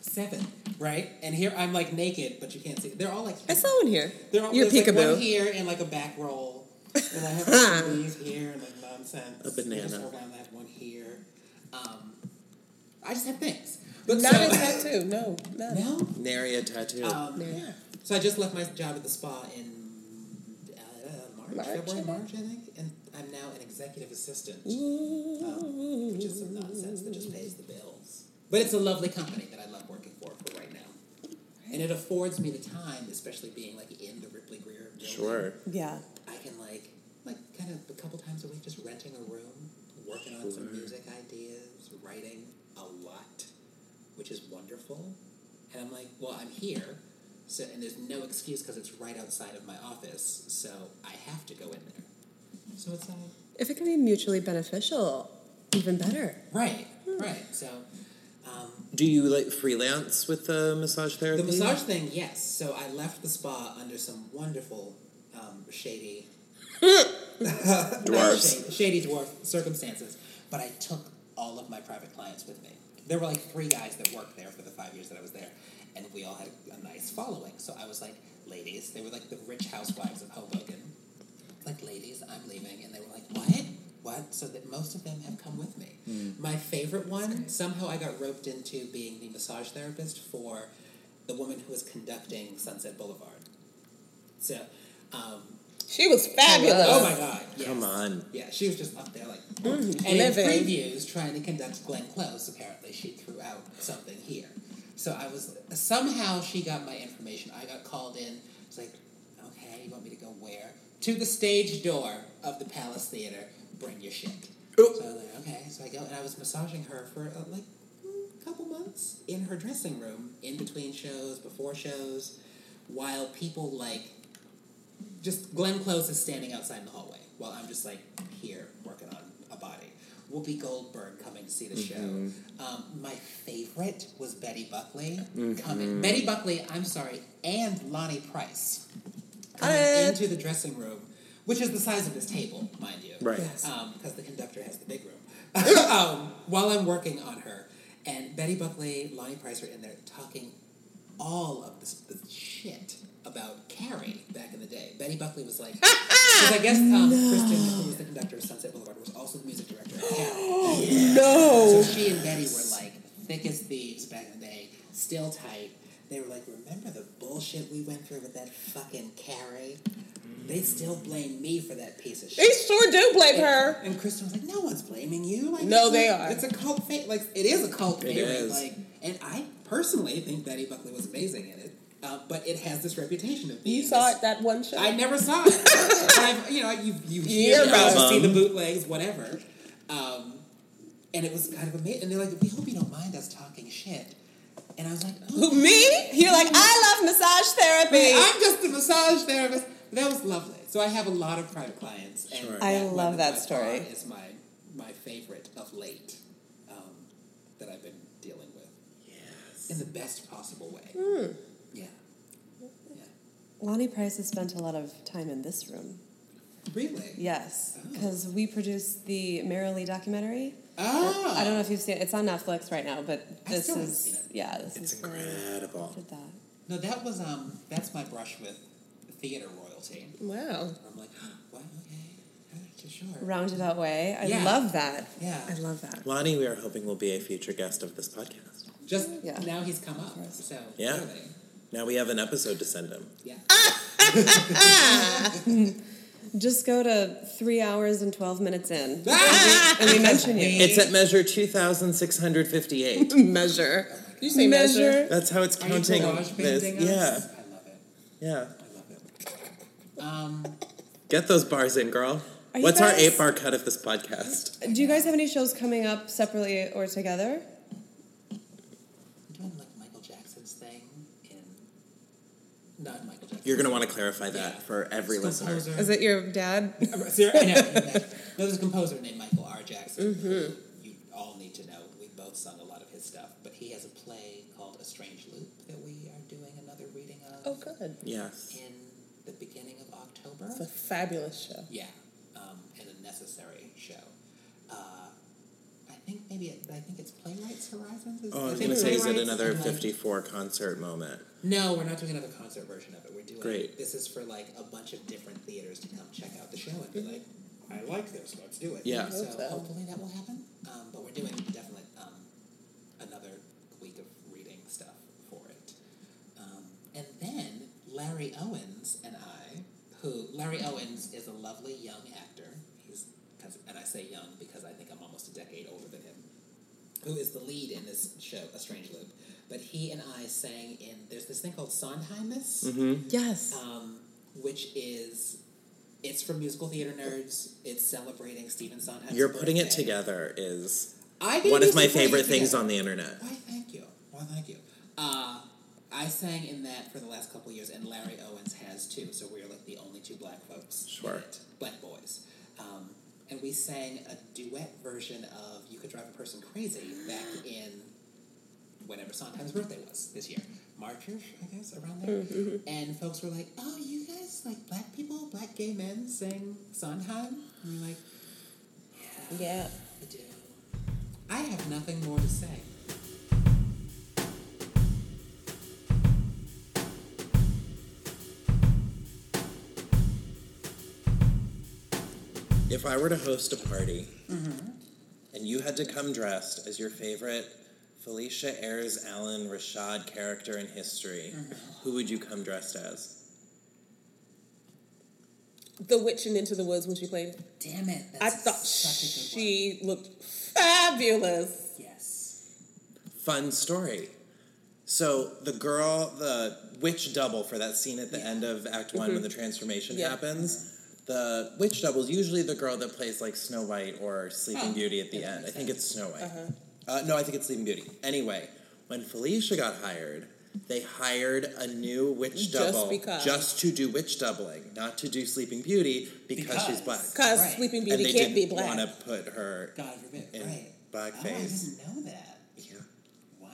Speaker 4: Seven, right? And here I'm like naked, but you can't see. They're all like
Speaker 10: I saw one here.
Speaker 4: They're all
Speaker 10: Your
Speaker 4: there's, like,
Speaker 10: peekaboo.
Speaker 4: one here and like a back roll. And I have like these here and like nonsense.
Speaker 5: A banana.
Speaker 4: There's one around, I have one here. Um, I just have things. But
Speaker 2: Not
Speaker 4: so,
Speaker 2: a tattoo. No. None.
Speaker 4: No.
Speaker 5: Nary a tattoo.
Speaker 4: Um, yeah. So I just left my job at the spa in uh, March,
Speaker 2: March, I
Speaker 4: February,
Speaker 2: think.
Speaker 4: March, I think, and I'm now an executive assistant, um, which is some nonsense that just pays the bills. But it's a lovely company that I love working for for right now. And it affords me the time, especially being like in the Ripley Greer building.
Speaker 5: Sure.
Speaker 10: Yeah.
Speaker 4: I can like like kind of a couple times a week just renting a room, working on some music ideas, writing a lot, which is wonderful. And I'm like, well, I'm here, so and there's no excuse because it's right outside of my office, so I have to go in there. So it's uh, like
Speaker 10: If it can be mutually beneficial, even better.
Speaker 4: right, right. So um,
Speaker 5: Do you like freelance with the massage therapy?
Speaker 4: The massage thing, yes. So I left the spa under some wonderful, um, shady,
Speaker 5: Dwarfs.
Speaker 4: shady, shady dwarf circumstances. But I took all of my private clients with me. There were like three guys that worked there for the five years that I was there, and we all had a nice following. So I was like, ladies, they were like the rich housewives of Hoboken. Like, ladies, I'm leaving, and they were like, what? What? So that most of them have come with me. My favorite one, somehow I got roped into being the massage therapist for the woman who was conducting Sunset Boulevard. So, um,
Speaker 2: She was fabulous.
Speaker 4: Oh my god! yes.
Speaker 5: uh, Come on.
Speaker 4: Yeah, she was just up there like
Speaker 2: Mm,
Speaker 4: and
Speaker 2: living.
Speaker 4: in previews trying to conduct Glenn Close. Apparently, she threw out something here. So I was somehow she got my information. I got called in. It's like, okay, you want me to go where? To the stage door of the Palace Theater. Bring your shit. So I was like, okay. So I go and I was massaging her for uh, like a couple months in her dressing room, in between shows, before shows, while people like just Glenn Close is standing outside in the hallway while I'm just like here working on a body. Whoopi Goldberg coming to see the
Speaker 3: Mhm.
Speaker 4: show. Um, my favorite was Betty Buckley
Speaker 3: Mhm.
Speaker 4: coming. Betty Buckley, I'm sorry, and Lonnie Price coming into the dressing room, which is the size of this table, mind you.
Speaker 3: Right. Yes.
Speaker 4: Because Um, the conductor has the big room. um, while I'm working on her, and Betty Buckley, Lonnie Price are in there talking all of this, this shit about Carrie back in the day. Betty Buckley was like, because I guess um, Kristen, who was the conductor of Sunset Boulevard, was also the music director of Carrie.
Speaker 3: No.
Speaker 4: So she and Betty were like thick as thieves back in the day, still tight. They were like, remember the bullshit we went through with that fucking Carrie? They still blame me for that piece of shit.
Speaker 2: They sure do blame
Speaker 4: And-
Speaker 2: her.
Speaker 4: And Kristen was like, no one's blaming you. Like,
Speaker 2: No,
Speaker 4: it's
Speaker 2: they
Speaker 4: a-
Speaker 2: are.
Speaker 4: It's a cult thing. Like, it is a cult
Speaker 2: It
Speaker 4: thing.
Speaker 2: is.
Speaker 4: Like, and I personally think Betty Buckley was amazing in it. Uh, but it has this reputation of being
Speaker 2: You saw it that one show.
Speaker 4: I never saw it. But I've, you know, you, you
Speaker 2: Hear
Speaker 4: hear about
Speaker 2: about
Speaker 4: it, see the
Speaker 2: them.
Speaker 4: bootlegs, whatever. Um, and it was kind of amazing. And they're like, we hope you don't mind us talking shit. And I was like,
Speaker 2: Who, me? You're like, I love massage therapy.
Speaker 4: Man, I'm just a massage therapist. That was lovely. So I have a lot of private clients. And
Speaker 2: Sure.
Speaker 4: that
Speaker 2: I
Speaker 4: one
Speaker 2: love
Speaker 4: by
Speaker 2: that
Speaker 4: far
Speaker 2: story.
Speaker 4: Is my my favorite of late um, that I've been dealing with. Yes. In the best possible way.
Speaker 2: Hmm.
Speaker 4: Yeah.
Speaker 12: Lonnie Price has spent a lot of time in this room.
Speaker 4: Really?
Speaker 12: Yes,
Speaker 2: Oh.
Speaker 12: because we produced the Merrily documentary.
Speaker 4: Oh.
Speaker 2: Ah.
Speaker 12: I don't know if you've seen it. It's on Netflix right now, but
Speaker 4: I
Speaker 12: this
Speaker 4: still haven't
Speaker 12: is
Speaker 4: seen it.
Speaker 12: yeah, this is very-
Speaker 4: Incredible.
Speaker 12: did that.
Speaker 4: No, that was um. That's my brush with theater royalty.
Speaker 12: Wow.
Speaker 4: I'm like, wow, okay, sure.
Speaker 12: Rounded out way. I
Speaker 4: Yeah.
Speaker 12: love that.
Speaker 4: Yeah.
Speaker 12: I love that.
Speaker 5: Lonnie, we are hoping will be a future guest of this podcast.
Speaker 4: Just now he's come up. So
Speaker 5: Yeah.
Speaker 4: clearly.
Speaker 5: Now we have an episode to send him.
Speaker 12: Just go to three hours and twelve minutes in, and, we, and we mention you.
Speaker 5: It's at measure 2,658.
Speaker 12: measure.
Speaker 2: You say measure.
Speaker 5: That's how it's
Speaker 4: Are you
Speaker 5: counting
Speaker 4: garage
Speaker 5: this.
Speaker 4: banding us?
Speaker 5: Yeah.
Speaker 4: I love it.
Speaker 5: Yeah.
Speaker 4: Um,
Speaker 5: Get those bars in, girl.
Speaker 12: Are you
Speaker 5: What's our
Speaker 12: guys-
Speaker 5: eight bar cut of this podcast?
Speaker 12: Do you guys have any shows coming up separately or together?
Speaker 4: doing like Michael Jackson's thing in not Michael Jackson.
Speaker 5: You're going to want to clarify that for every listener.
Speaker 4: composer.
Speaker 12: Is it your dad?
Speaker 4: Ser- I know, no, there's a composer named Michael R. Jackson. who
Speaker 12: Mm-hmm.
Speaker 4: You all need to know. We both sung a lot of his stuff, but he has a play called A Strange Loop that we are doing another reading of.
Speaker 2: Oh, good.
Speaker 5: Yes.
Speaker 4: In the beginning of October.
Speaker 2: It's a fabulous show.
Speaker 4: Yeah, um, and a necessary show. Uh, I think maybe it, I think it's Playwrights Horizons. Is,
Speaker 5: Oh, I was going
Speaker 4: think
Speaker 5: to say, is it
Speaker 4: Playwrights
Speaker 5: another
Speaker 4: and, like,
Speaker 5: 54 concert moment?
Speaker 4: No, we're not doing another concert version of it. We're doing
Speaker 5: Great.
Speaker 4: this is for like a bunch of different theaters to come check out the show and be like, I like this, let's do it.
Speaker 5: Yeah.
Speaker 4: So
Speaker 5: Hope so.
Speaker 4: hopefully that will happen. Um, but we're doing definitely um, another week of reading stuff for it. Um, and then Larry Owens and I, who Larry Owens is a lovely young actor. He's 'cause- and I say young because I think I'm almost a decade older than him who is the lead in this show, A Strange Loop. But he and I sang in there's this thing called Sondheimis.
Speaker 5: Mhm.
Speaker 12: Yes.
Speaker 4: Um, which is it's for musical theater nerds. It's celebrating Stephen Sondheim's.
Speaker 5: You're putting it
Speaker 4: birthday.
Speaker 5: together is
Speaker 4: I didn't
Speaker 5: one of
Speaker 4: use
Speaker 5: my
Speaker 4: to put it
Speaker 5: favorite things
Speaker 4: together.
Speaker 5: on the internet.
Speaker 4: Why, thank you. Why, thank you. Uh, I sang in that for the last couple of years, and Larry Owens has too. So we're like the only two black folks. in
Speaker 5: Sure.
Speaker 4: it, black boys. Um, and we sang a duet version of "You Could Drive a Person Crazy" back in whenever Sondheim's birthday was this year, March-ish, I guess, around there. And folks were like, "Oh, you guys like black people, black gay men sing Sondheim?" And we're like, "Yeah,
Speaker 2: yeah,
Speaker 4: we do." I have nothing more to say.
Speaker 5: If I were to host a party
Speaker 4: Mm-hmm.
Speaker 5: and you had to come dressed as your favorite Felicia Ayers Allen Rashad character in history,
Speaker 4: Mm-hmm.
Speaker 5: who would you come dressed as?
Speaker 2: The Witch and Into the Woods when she played it.
Speaker 4: Damn it!
Speaker 2: I thought she looked fabulous.
Speaker 4: Yes.
Speaker 5: Fun story. So the girl, the witch double for that scene at the end of Act One when the transformation
Speaker 2: Mm-hmm. Yeah.
Speaker 5: happens. The witch double is usually the girl that plays like Snow White or Sleeping
Speaker 4: Oh,
Speaker 5: Beauty at the
Speaker 4: yeah, that
Speaker 5: end. I
Speaker 4: makes
Speaker 5: think it's Snow White.
Speaker 2: Uh-huh.
Speaker 5: Uh, no, I think it's Sleeping Beauty. Anyway, when Felicia got hired, They hired a new witch
Speaker 2: Just
Speaker 5: double
Speaker 2: because.
Speaker 5: just to do witch doubling, not to do Sleeping Beauty because, she's black.
Speaker 2: Because Right. Sleeping Beauty
Speaker 5: and they
Speaker 2: can't
Speaker 5: didn't
Speaker 2: be black.
Speaker 5: Want to put her
Speaker 4: God forbid,
Speaker 5: in
Speaker 4: right.
Speaker 5: blackface?
Speaker 4: Oh, I didn't know that.
Speaker 5: Yeah.
Speaker 4: Wow.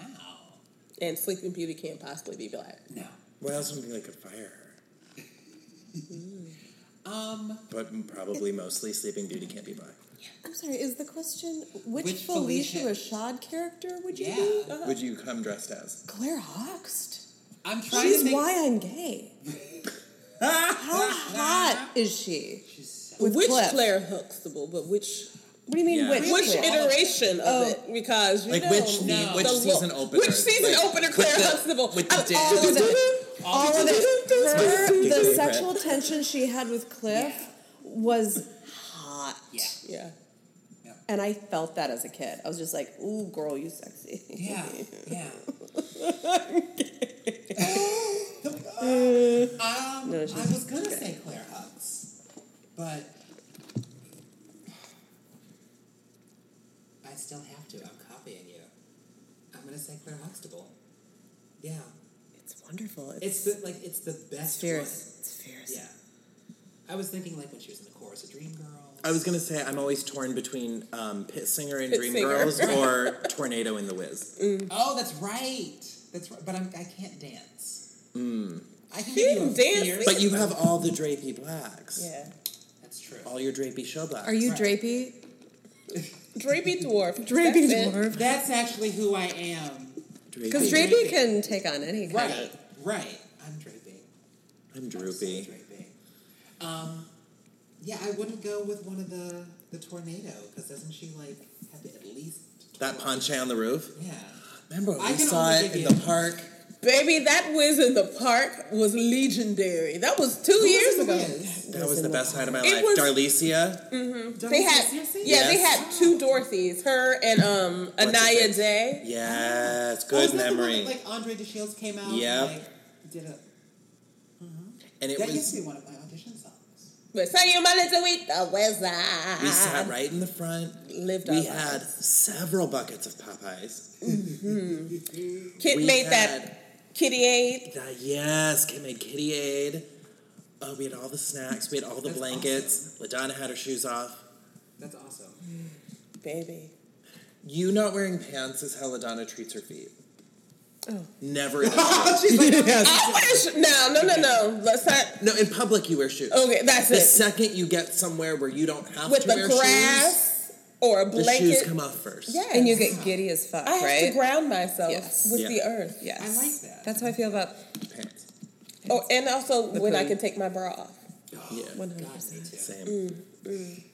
Speaker 2: And Sleeping Beauty can't possibly be black.
Speaker 4: No.
Speaker 5: Well, else would be like a fire her?
Speaker 4: Um,
Speaker 5: But probably mostly Sleeping Beauty can't be black.
Speaker 10: I'm sorry, is the question which,
Speaker 5: Which
Speaker 10: Felicia,
Speaker 5: Felicia?
Speaker 10: Rashad character would you
Speaker 4: Yeah.
Speaker 10: be?
Speaker 5: Would you come dressed as?
Speaker 10: Claire Hoxt.
Speaker 4: I'm trying
Speaker 10: She's
Speaker 4: to make
Speaker 10: why I'm gay. How hot is she? With
Speaker 2: which
Speaker 10: Cliff.
Speaker 2: Claire Huxtable, but which.
Speaker 10: What do you mean,
Speaker 2: Yeah.
Speaker 10: which? Oh.
Speaker 2: Which
Speaker 10: Claire?
Speaker 2: iteration of it? Because you
Speaker 5: Like,
Speaker 2: know,
Speaker 5: which the-
Speaker 2: the
Speaker 5: which
Speaker 2: look.
Speaker 5: season opener?
Speaker 2: Which season
Speaker 5: Like,
Speaker 2: opener?
Speaker 5: with
Speaker 2: Claire
Speaker 5: the-
Speaker 2: Huxtable.
Speaker 5: with the
Speaker 2: Out of
Speaker 5: dick.
Speaker 2: all of it.
Speaker 10: All of it. Her, the sexual tension she had with Cliff was hot. Yeah.
Speaker 2: Yeah.
Speaker 10: And I felt that as a kid. I was just like, ooh, girl, you sexy.
Speaker 4: Yeah, yeah. Um,
Speaker 10: No, she's
Speaker 4: I was
Speaker 10: just
Speaker 4: gonna
Speaker 10: good.
Speaker 4: say Claire Hucks, but I still have to. I'm copying you. I'm gonna say Claire Huxtable. Yeah,
Speaker 10: It's wonderful.
Speaker 4: it's, the like it's the best
Speaker 10: fierce.
Speaker 4: one.
Speaker 10: It's fierce.
Speaker 4: Yeah, I was thinking like when she was in the chorus of Dream Girl.
Speaker 5: I was gonna say I'm always torn between um, Pit Singer and
Speaker 4: Pit
Speaker 5: Dream
Speaker 4: Singer.
Speaker 5: Girls or Tornado in the Wiz.
Speaker 4: Oh, that's right. That's right. But I'm, I can't dance.
Speaker 5: Mm.
Speaker 4: I can give you a fierce-
Speaker 5: But you have all the drapey blacks.
Speaker 4: Yeah, that's true.
Speaker 5: All your drapey show blacks.
Speaker 10: Are you drapey?
Speaker 2: Drapey dwarf.
Speaker 10: Drapey
Speaker 4: That's it.
Speaker 10: dwarf.
Speaker 4: That's actually who I am.
Speaker 10: Because
Speaker 5: Drapey.
Speaker 10: drapey can take on any kind
Speaker 4: Right,
Speaker 10: of.
Speaker 4: right. I'm draping.
Speaker 5: I'm droopy.
Speaker 4: Um, yeah, I wouldn't go with one of the the tornado because doesn't she like have at least?
Speaker 5: That ponche on the roof.
Speaker 4: Yeah.
Speaker 5: Remember
Speaker 4: I
Speaker 5: we
Speaker 4: can
Speaker 5: saw
Speaker 4: only
Speaker 5: it in
Speaker 4: give
Speaker 5: the
Speaker 4: you-
Speaker 5: park.
Speaker 2: Baby, that whiz in the park was legendary. That was two years ago.
Speaker 5: That was the best night of my
Speaker 2: It
Speaker 5: life.
Speaker 2: was-
Speaker 5: Darlicia.
Speaker 2: Mm-hmm. They had, yeah, they
Speaker 5: Yes.
Speaker 2: had two Dorothys, her and um, Anaya Day.
Speaker 5: Yes, good
Speaker 4: oh, is that the one
Speaker 5: memory.
Speaker 4: that, like Andre DeShields came out.
Speaker 5: Yep.
Speaker 4: And, like, did a. Mhm.
Speaker 5: And it
Speaker 4: that
Speaker 5: was-
Speaker 4: used to be one of my audition songs.
Speaker 2: But so you wanted to eat the wizard.
Speaker 5: we sat right in the front.
Speaker 2: Lived
Speaker 5: we
Speaker 2: our
Speaker 5: had several buckets of Popeyes.
Speaker 2: Kit
Speaker 5: We
Speaker 2: made
Speaker 5: had-
Speaker 2: that kitty aid.
Speaker 5: That- yes, Kim made kitty aid. Oh, we had all the snacks. We had all the
Speaker 4: That's
Speaker 5: blankets. LaDonna had her shoes off.
Speaker 4: That's awesome.
Speaker 2: Baby.
Speaker 5: You not wearing pants is how LaDonna treats her feet.
Speaker 10: Oh.
Speaker 5: Never. in
Speaker 2: She's like,
Speaker 5: Yes.
Speaker 2: I wish. No, no, no, no. Let's not.
Speaker 5: No, in public you wear shoes.
Speaker 2: Okay, that's
Speaker 5: the
Speaker 2: it.
Speaker 5: The second you get somewhere where you don't have
Speaker 2: With
Speaker 5: to
Speaker 2: the
Speaker 5: wear
Speaker 2: grass or a
Speaker 5: shoes,
Speaker 2: blanket.
Speaker 5: the shoes come off first.
Speaker 2: Yes.
Speaker 10: And you get giddy as fuck,
Speaker 2: I have
Speaker 10: right?
Speaker 2: to ground myself with
Speaker 5: Yeah.
Speaker 2: the earth.
Speaker 10: Yes.
Speaker 4: I like that.
Speaker 10: That's how I feel about
Speaker 5: Pants.
Speaker 2: Oh, and also
Speaker 10: The Oh,
Speaker 2: when I
Speaker 10: food.
Speaker 2: can take my bra off.
Speaker 5: Yeah.
Speaker 10: 100%.
Speaker 5: Same.
Speaker 4: Mm,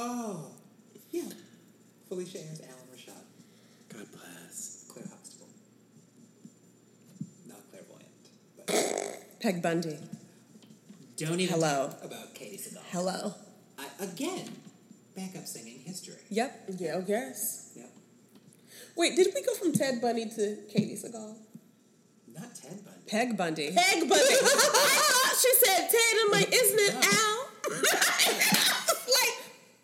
Speaker 4: Oh, yeah. Felicia Ayers, Alan Rashad,
Speaker 5: God bless.
Speaker 4: Claire Huxtable. Not clairvoyant. But
Speaker 10: Peg Bundy.
Speaker 4: don't even
Speaker 10: Hello.
Speaker 4: talk about Katie Segal.
Speaker 10: Hello.
Speaker 4: I, again, backup singing history.
Speaker 10: Yep.
Speaker 2: Yeah, I guess.
Speaker 4: Yep.
Speaker 2: Wait, did we go from Ted Bundy to Katie Segal?
Speaker 4: Not Ted Bundy.
Speaker 10: Peg Bundy.
Speaker 2: Peg Bundy. she said Ted. I'm like, isn't it Al? like,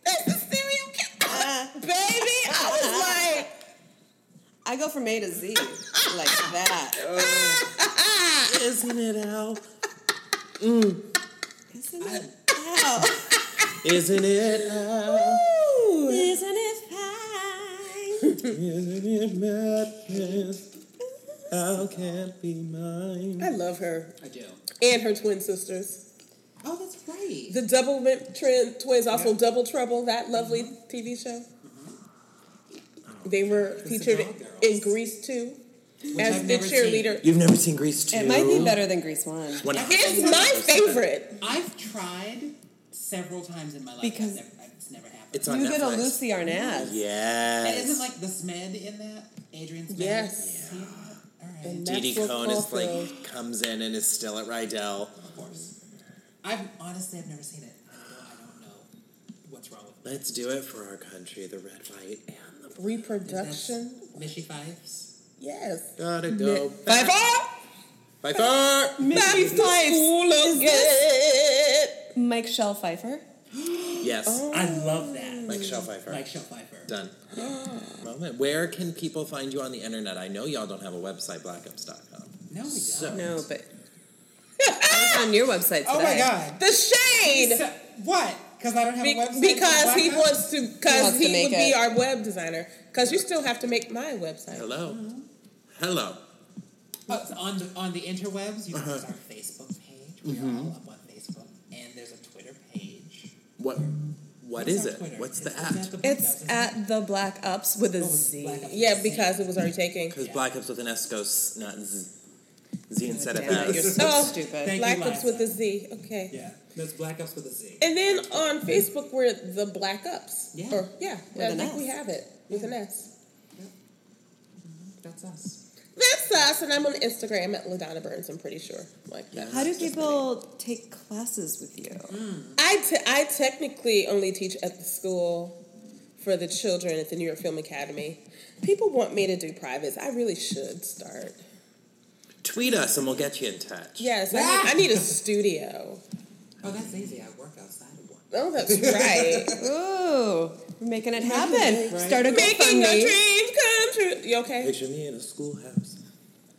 Speaker 2: that's the serial killer. Baby, I was like,
Speaker 10: I go from A to Z like that.
Speaker 5: Isn't it Al?
Speaker 10: Isn't it out?
Speaker 5: Isn't it Al?
Speaker 10: Isn't it fine?
Speaker 5: Isn't it madness? How can't be mine?
Speaker 2: I love her.
Speaker 4: I do.
Speaker 2: And her twin sisters.
Speaker 4: Oh, that's right.
Speaker 2: The double men- twin, twins, also Double Trouble, that lovely TV show. They were featured in Grease 2 as
Speaker 4: I've
Speaker 2: the
Speaker 4: never seen.
Speaker 2: cheerleader.
Speaker 5: You've never seen Grease 2?
Speaker 10: It might be better than Grease 1.
Speaker 5: One
Speaker 2: It's my favorite.
Speaker 4: I've tried several times in my life.
Speaker 10: Because-
Speaker 4: I've never, it's never happened.
Speaker 5: It's on
Speaker 10: You
Speaker 5: Netflix.
Speaker 10: get a Lucy Arnaz.
Speaker 4: and
Speaker 5: Yes.
Speaker 4: isn't like the Smed in that? Adrian Smed?
Speaker 2: Yes.
Speaker 4: Yeah. All right.
Speaker 2: And
Speaker 5: Didi
Speaker 2: Maxwell
Speaker 5: Cohn is
Speaker 2: Caulfield.
Speaker 5: like comes in and is still at Rydell.
Speaker 4: Of course. I've honestly I've never seen it. I don't, I don't know what's wrong with
Speaker 5: Let's do it for our country, the red, white, and the
Speaker 2: reproduction.
Speaker 4: Missy Fives.
Speaker 2: Yes.
Speaker 5: gotta go.
Speaker 2: Five
Speaker 5: By far.
Speaker 2: Missy Fives. School of
Speaker 10: this-
Speaker 2: Good.
Speaker 10: Mike Shell Pfeiffer.
Speaker 5: Yes.
Speaker 4: I love that.
Speaker 5: Like Shel Pfeiffer.
Speaker 4: Like Shel Pfeiffer.
Speaker 5: Done. Moment. Where can people find you on the internet? I know y'all don't have a website, blackups.com.
Speaker 4: No, we
Speaker 5: So-
Speaker 10: No, but I was on your website today.
Speaker 4: Oh my God.
Speaker 2: The shade.
Speaker 4: What? Because I don't have a website.
Speaker 2: Because he
Speaker 4: Blackout?
Speaker 2: wants to. Because
Speaker 10: wants
Speaker 2: he,
Speaker 10: to make
Speaker 2: would be
Speaker 10: it.
Speaker 2: our web designer. Because you still have to make my website.
Speaker 5: Hello. Hello.
Speaker 4: Oh, it's on the on the interwebs, you
Speaker 5: Uh-huh.
Speaker 4: there's our Facebook page. We're
Speaker 5: Mm-hmm.
Speaker 4: all up on Facebook, and there's a Twitter page.
Speaker 5: What? What is it? What's the at?
Speaker 10: It's at the Black Ups with a Z.
Speaker 2: Yeah, because it was already taken.
Speaker 5: Because Black Ups with an S goes not Z, Z instead of
Speaker 10: Damn it, you're
Speaker 5: S.
Speaker 10: so stupid.
Speaker 4: Oh, Thank
Speaker 2: Black
Speaker 4: you,
Speaker 2: Ups
Speaker 4: Liza.
Speaker 2: with a Z. Okay. Yeah.
Speaker 4: That's Black Ups with a Z.
Speaker 2: And then on Facebook, we're the Black Ups.
Speaker 4: Yeah.
Speaker 2: Or, yeah.
Speaker 4: With
Speaker 2: I
Speaker 4: an
Speaker 2: think
Speaker 4: S.
Speaker 2: we have it with an S.
Speaker 4: That's us.
Speaker 2: That's us, and I'm on Instagram at Ladonna Burns. I'm pretty sure. Like that.
Speaker 11: How do people take classes with you?
Speaker 4: Mm.
Speaker 2: I, te- I technically only teach at the school for the children at the New York Film Academy. People want me to do privates. I really should start.
Speaker 5: Tweet us and we'll get you in touch.
Speaker 2: Yes, I need, I need a studio.
Speaker 4: Oh, that's easy. I work outside of one.
Speaker 2: Oh, that's right.
Speaker 11: Ooh, we're making it happen.
Speaker 4: Right.
Speaker 11: Start a
Speaker 2: Making
Speaker 11: GoFundMe.
Speaker 2: a dream come true. You okay?
Speaker 5: Picture me in a schoolhouse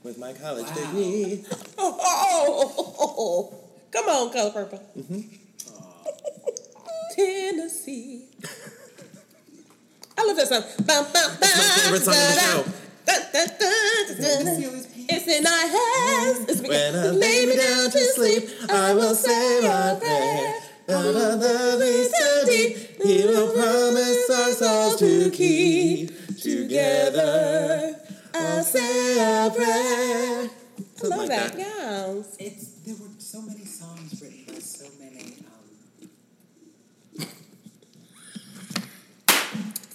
Speaker 5: with my college degree.
Speaker 2: Oh, oh, oh, oh, oh. Come on, color purple.
Speaker 5: Mm-hmm.
Speaker 2: Tennessee. I love that song. Bum, bum, bum,
Speaker 5: Favorite song of the show.
Speaker 2: da, da, da, da, da. It's in our hands. It's because
Speaker 5: When I lay me down to sleep, I will say my prayer. Out of the least so deep, He will promise us all to keep together. I'll say a prayer.
Speaker 2: I love
Speaker 5: Something like
Speaker 2: that.
Speaker 5: that.
Speaker 2: Yeah.
Speaker 4: It's there were so many songs written by so many. Um,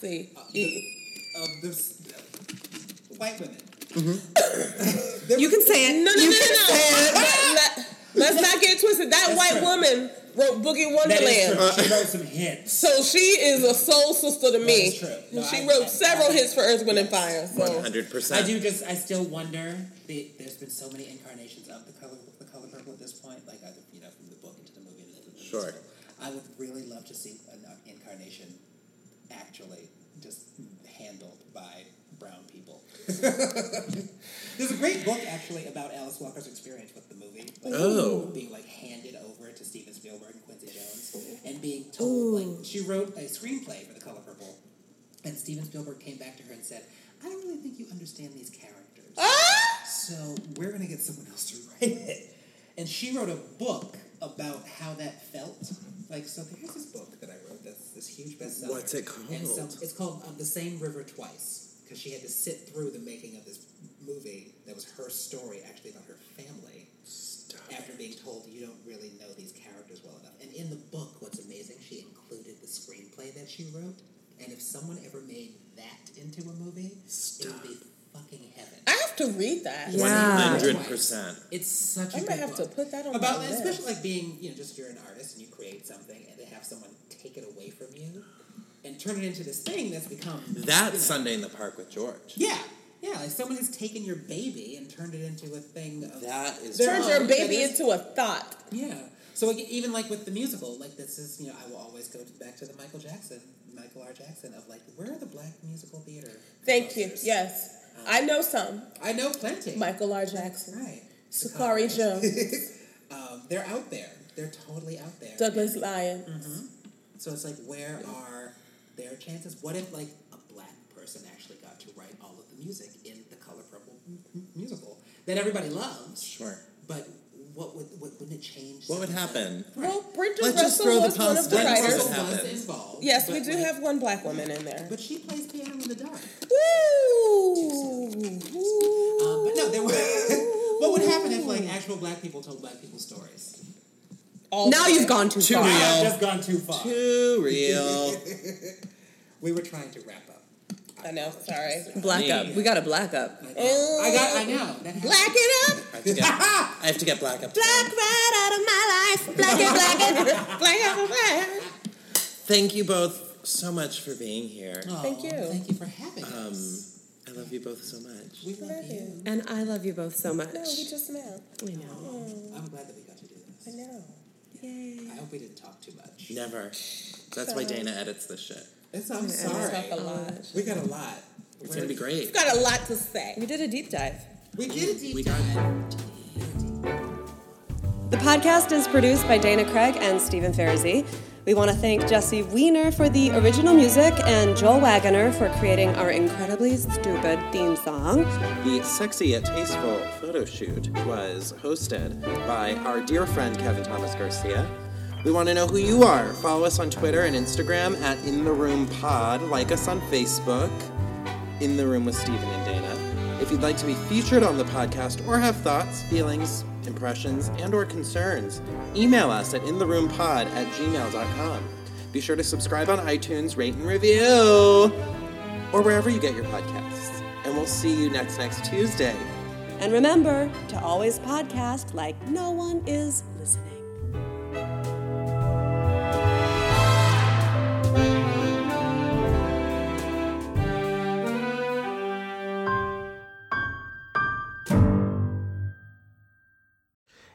Speaker 2: See.
Speaker 5: Uh,
Speaker 4: of this uh, white women.
Speaker 11: You can say it.
Speaker 2: No, no,
Speaker 11: you
Speaker 2: no,
Speaker 11: can
Speaker 2: no,
Speaker 11: say it.
Speaker 2: no. Let, us not get it twisted. That white woman wrote Boogie Wonderland.
Speaker 4: She wrote some hits.
Speaker 2: So she is a soul sister to me.
Speaker 4: is true. No,
Speaker 2: she
Speaker 4: I-
Speaker 2: wrote
Speaker 4: I-
Speaker 2: several
Speaker 4: I-
Speaker 2: hits for Earth, Wind, and Fire. So.
Speaker 5: 100%.
Speaker 4: I do just. I still wonder. The, there's been so many incarnations of the color, the color purple at this point. Like either you know from the book into the movie. Into the
Speaker 5: Sure.
Speaker 4: musical. I would really love to see an uh, incarnation, actually, just handled by brown people. there's a great book actually about Alice Walker's experience with the movie. Like,
Speaker 5: Oh.
Speaker 4: Being like handed over to Steven Spielberg and Quincy Jones, and being told like she wrote a screenplay for the color purple. And Steven Spielberg came back to her and said, I don't really think you understand these characters.
Speaker 5: Ah!
Speaker 4: So we're going to get someone else to write it. And she wrote a book about how that felt. Like, so there's this book that I wrote that's this huge bestseller.
Speaker 5: What's it
Speaker 4: And so
Speaker 5: called?
Speaker 4: it's called um, The Same River Twice. Because she had to sit through the making of this movie that was her story, actually, about her family. after being told you don't really know these characters well enough. And in the book, what's amazing, she included the screenplay that she wrote. And if someone ever made that into a movie, it would be fucking heaven.
Speaker 2: I have to read that.
Speaker 5: Yeah. 100%.
Speaker 4: It's such a
Speaker 2: I
Speaker 4: good
Speaker 2: might have to
Speaker 4: book.
Speaker 2: put that on
Speaker 4: about
Speaker 2: my list.
Speaker 4: especially like being you know just you're an artist and you create something and to have someone take it away from you and turn it into this thing that's become
Speaker 5: That Sunday in the Park with George.
Speaker 4: yeah yeah like someone has taken your baby and turned it into a thing of
Speaker 5: That is
Speaker 2: Turns
Speaker 4: That
Speaker 2: your baby
Speaker 4: is-
Speaker 2: into a thought.
Speaker 4: yeah. So like, even like with the musical, like this is you know I will always go back to the Michael Jackson, Michael R. Jackson of like where are the black musical theater?
Speaker 2: Thank you. Yes. I know some.
Speaker 4: I know plenty.
Speaker 2: Michael R. Jackson.
Speaker 4: Right.
Speaker 2: Sakari Jones.
Speaker 4: Um, they're out there. They're totally out there.
Speaker 2: Douglas Lyon.
Speaker 4: So it's like where are their chances? What if like a black person actually got to write all of the music in the Color Purple m- m- musical that everybody loves?
Speaker 5: Sure.
Speaker 4: But what would what wouldn't it change?
Speaker 5: What would happen?
Speaker 2: Well, Bridget
Speaker 5: Let's just
Speaker 2: Russell
Speaker 5: throw the
Speaker 2: was one of the
Speaker 5: possibilities
Speaker 2: writers.
Speaker 5: out there.
Speaker 4: Was
Speaker 5: happen?
Speaker 4: involved.
Speaker 2: Yes, we
Speaker 4: but,
Speaker 2: do
Speaker 4: like,
Speaker 2: have one black woman in there.
Speaker 4: But she plays piano in the dark.
Speaker 2: Woo!
Speaker 4: Um, but no, there were. what would happen if like actual black people told black people stories?
Speaker 11: Now you've gone too
Speaker 5: Too
Speaker 11: far.
Speaker 5: real.
Speaker 4: I've just gone too far.
Speaker 5: Too real.
Speaker 4: we were trying to wrap up.
Speaker 2: I know. Sorry.
Speaker 10: Black up. We got a black up.
Speaker 2: Oh.
Speaker 4: I got. I know. That happened.
Speaker 2: Black it up.
Speaker 5: I have to get, I have to get black up.
Speaker 2: Black right out of my life. Black it, black it, black it, black.
Speaker 5: Thank you both so much for being here.
Speaker 4: Oh,
Speaker 2: Thank you.
Speaker 4: Thank you for having
Speaker 5: Um,
Speaker 4: us.
Speaker 5: I love you both so much.
Speaker 4: We love you.
Speaker 10: And I love you both so much.
Speaker 2: No, we just met.
Speaker 10: we know.
Speaker 4: I'm glad that we got to do
Speaker 2: I
Speaker 4: this.
Speaker 2: know.
Speaker 4: I hope we didn't talk too much.
Speaker 5: Never. That's why Dana edits this shit.
Speaker 13: It's, I'm
Speaker 14: It's gonna
Speaker 13: sorry.
Speaker 14: end up a lot.
Speaker 13: We got a lot.
Speaker 15: It's gonna be great.
Speaker 16: We've got a lot to say.
Speaker 2: We did a deep dive.
Speaker 13: We did a deep dive.
Speaker 2: The podcast is produced by Dana Craig and Stephen Ferrazzi. We want to thank Jesse Weiner for the original music and Joel Wagoner for creating our incredibly stupid theme song.
Speaker 5: The sexy yet tasteful photo shoot was hosted by our dear friend Kevin Thomas Garcia. We want to know who you are. Follow us on Twitter and Instagram at In the Room Pod. Like us on Facebook, In the Room with Stephen and Dana. If you'd like to be featured on the podcast or have thoughts, feelings, impressions, and/or concerns, email us at intheroompod at gmail.com. Be sure to subscribe on iTunes, rate and review, or wherever you get your podcasts. And we'll see you next next Tuesday.
Speaker 2: And remember to always podcast like no one is listening.